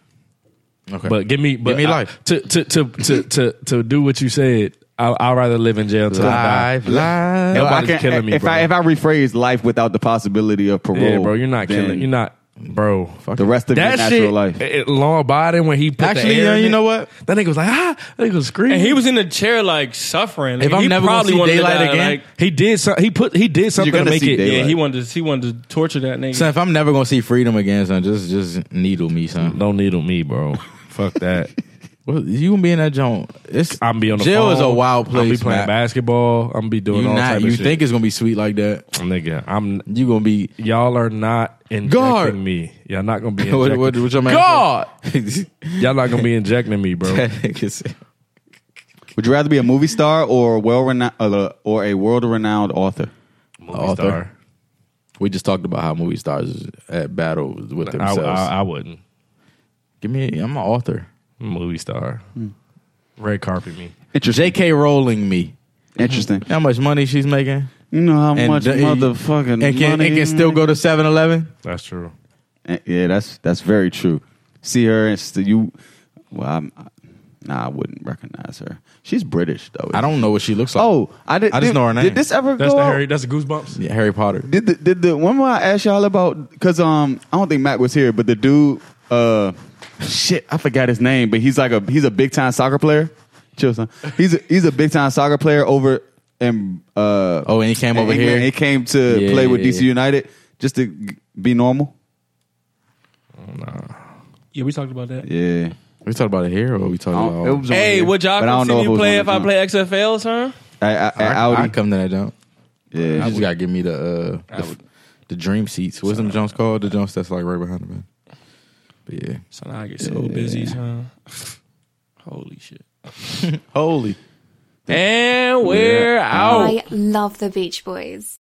okay, But give me but Give me I- life. to to to to to, to do what you said. I I'd rather live in jail till I die. life, life. It. Nobody's killing me, if bro. I if I rephrase life without the possibility of parole, yeah, bro, you're not then killing. You're not bro. Fuck the rest of your that natural shit, life. It, law abiding when he put Actually, the air yeah, in you it, know what? That nigga was like, ah, that nigga was screaming. And he was in the chair like suffering. Like, If I'm he never gonna probably see wanted to daylight die, again, like- he did some, he put he did something to gonna make see it. daylight. yeah, he wanted to he wanted to torture that nigga. Son, if I'm never gonna see freedom again, son, just just needle me, son. Don't needle <laughs> me, bro. Fuck that. Well, you gonna be in that joint. It's I'm be on the jail phone. is a wild I'm be place. playing man. basketball. I'm be doing You all type not. of You shit. think it's gonna be sweet like that? nigga? I'm You gonna be <laughs> y'all are not injecting Guard. me. Y'all not gonna be <laughs> what? injecting. What? What your man? God, said? y'all not gonna be injecting me, bro. That nigga said- Would you rather be a movie star or well renowned uh, or a world renowned author? Movie Author. star. We just talked about how movie stars is at battle with I, themselves. I, I wouldn't. Give me. I'm an author. Movie star. Hmm. Red carpet me. Interesting. J.K. Rowling. Me. Interesting. How much money she's making? You know how much the- motherfucking and can, money and can still go to 7-Eleven? That's true. Eh, Yeah, that's that's very true. See her and st- you. Well, I'm, nah, I wouldn't recognize her. She's British though. I don't know what she looks like. Oh, I did. I just did- know her name. Did this ever That's go? the out? Harry. That's the goosebumps. Yeah, Harry Potter. Did the, did the one more I asked y'all about? Because um, I don't think Matt was here, but the dude, uh, shit, I forgot his name, but he's like a he's a big time soccer player. Chill, son. He's a, he's a big time soccer player over in uh. Oh, and he came in over England. here? He came to Yeah, play with yeah, DC yeah. United just to g- be normal. yeah, we talked about that. Yeah. We talked about it here, or we talked I don't- Oh, it about? was on Hey, here, would y'all but I don't know consider it me was play on if the I joint. play XFL, son? I, I, I, I, Audi. I come to that jump. You yeah. just gotta give me the uh, the, f- the dream seats. What's them Jones called? The Jones that's like right behind the man. But yeah, Son, I get so busy, son. Holy shit. holy. And we're out. I love the Beach Boys.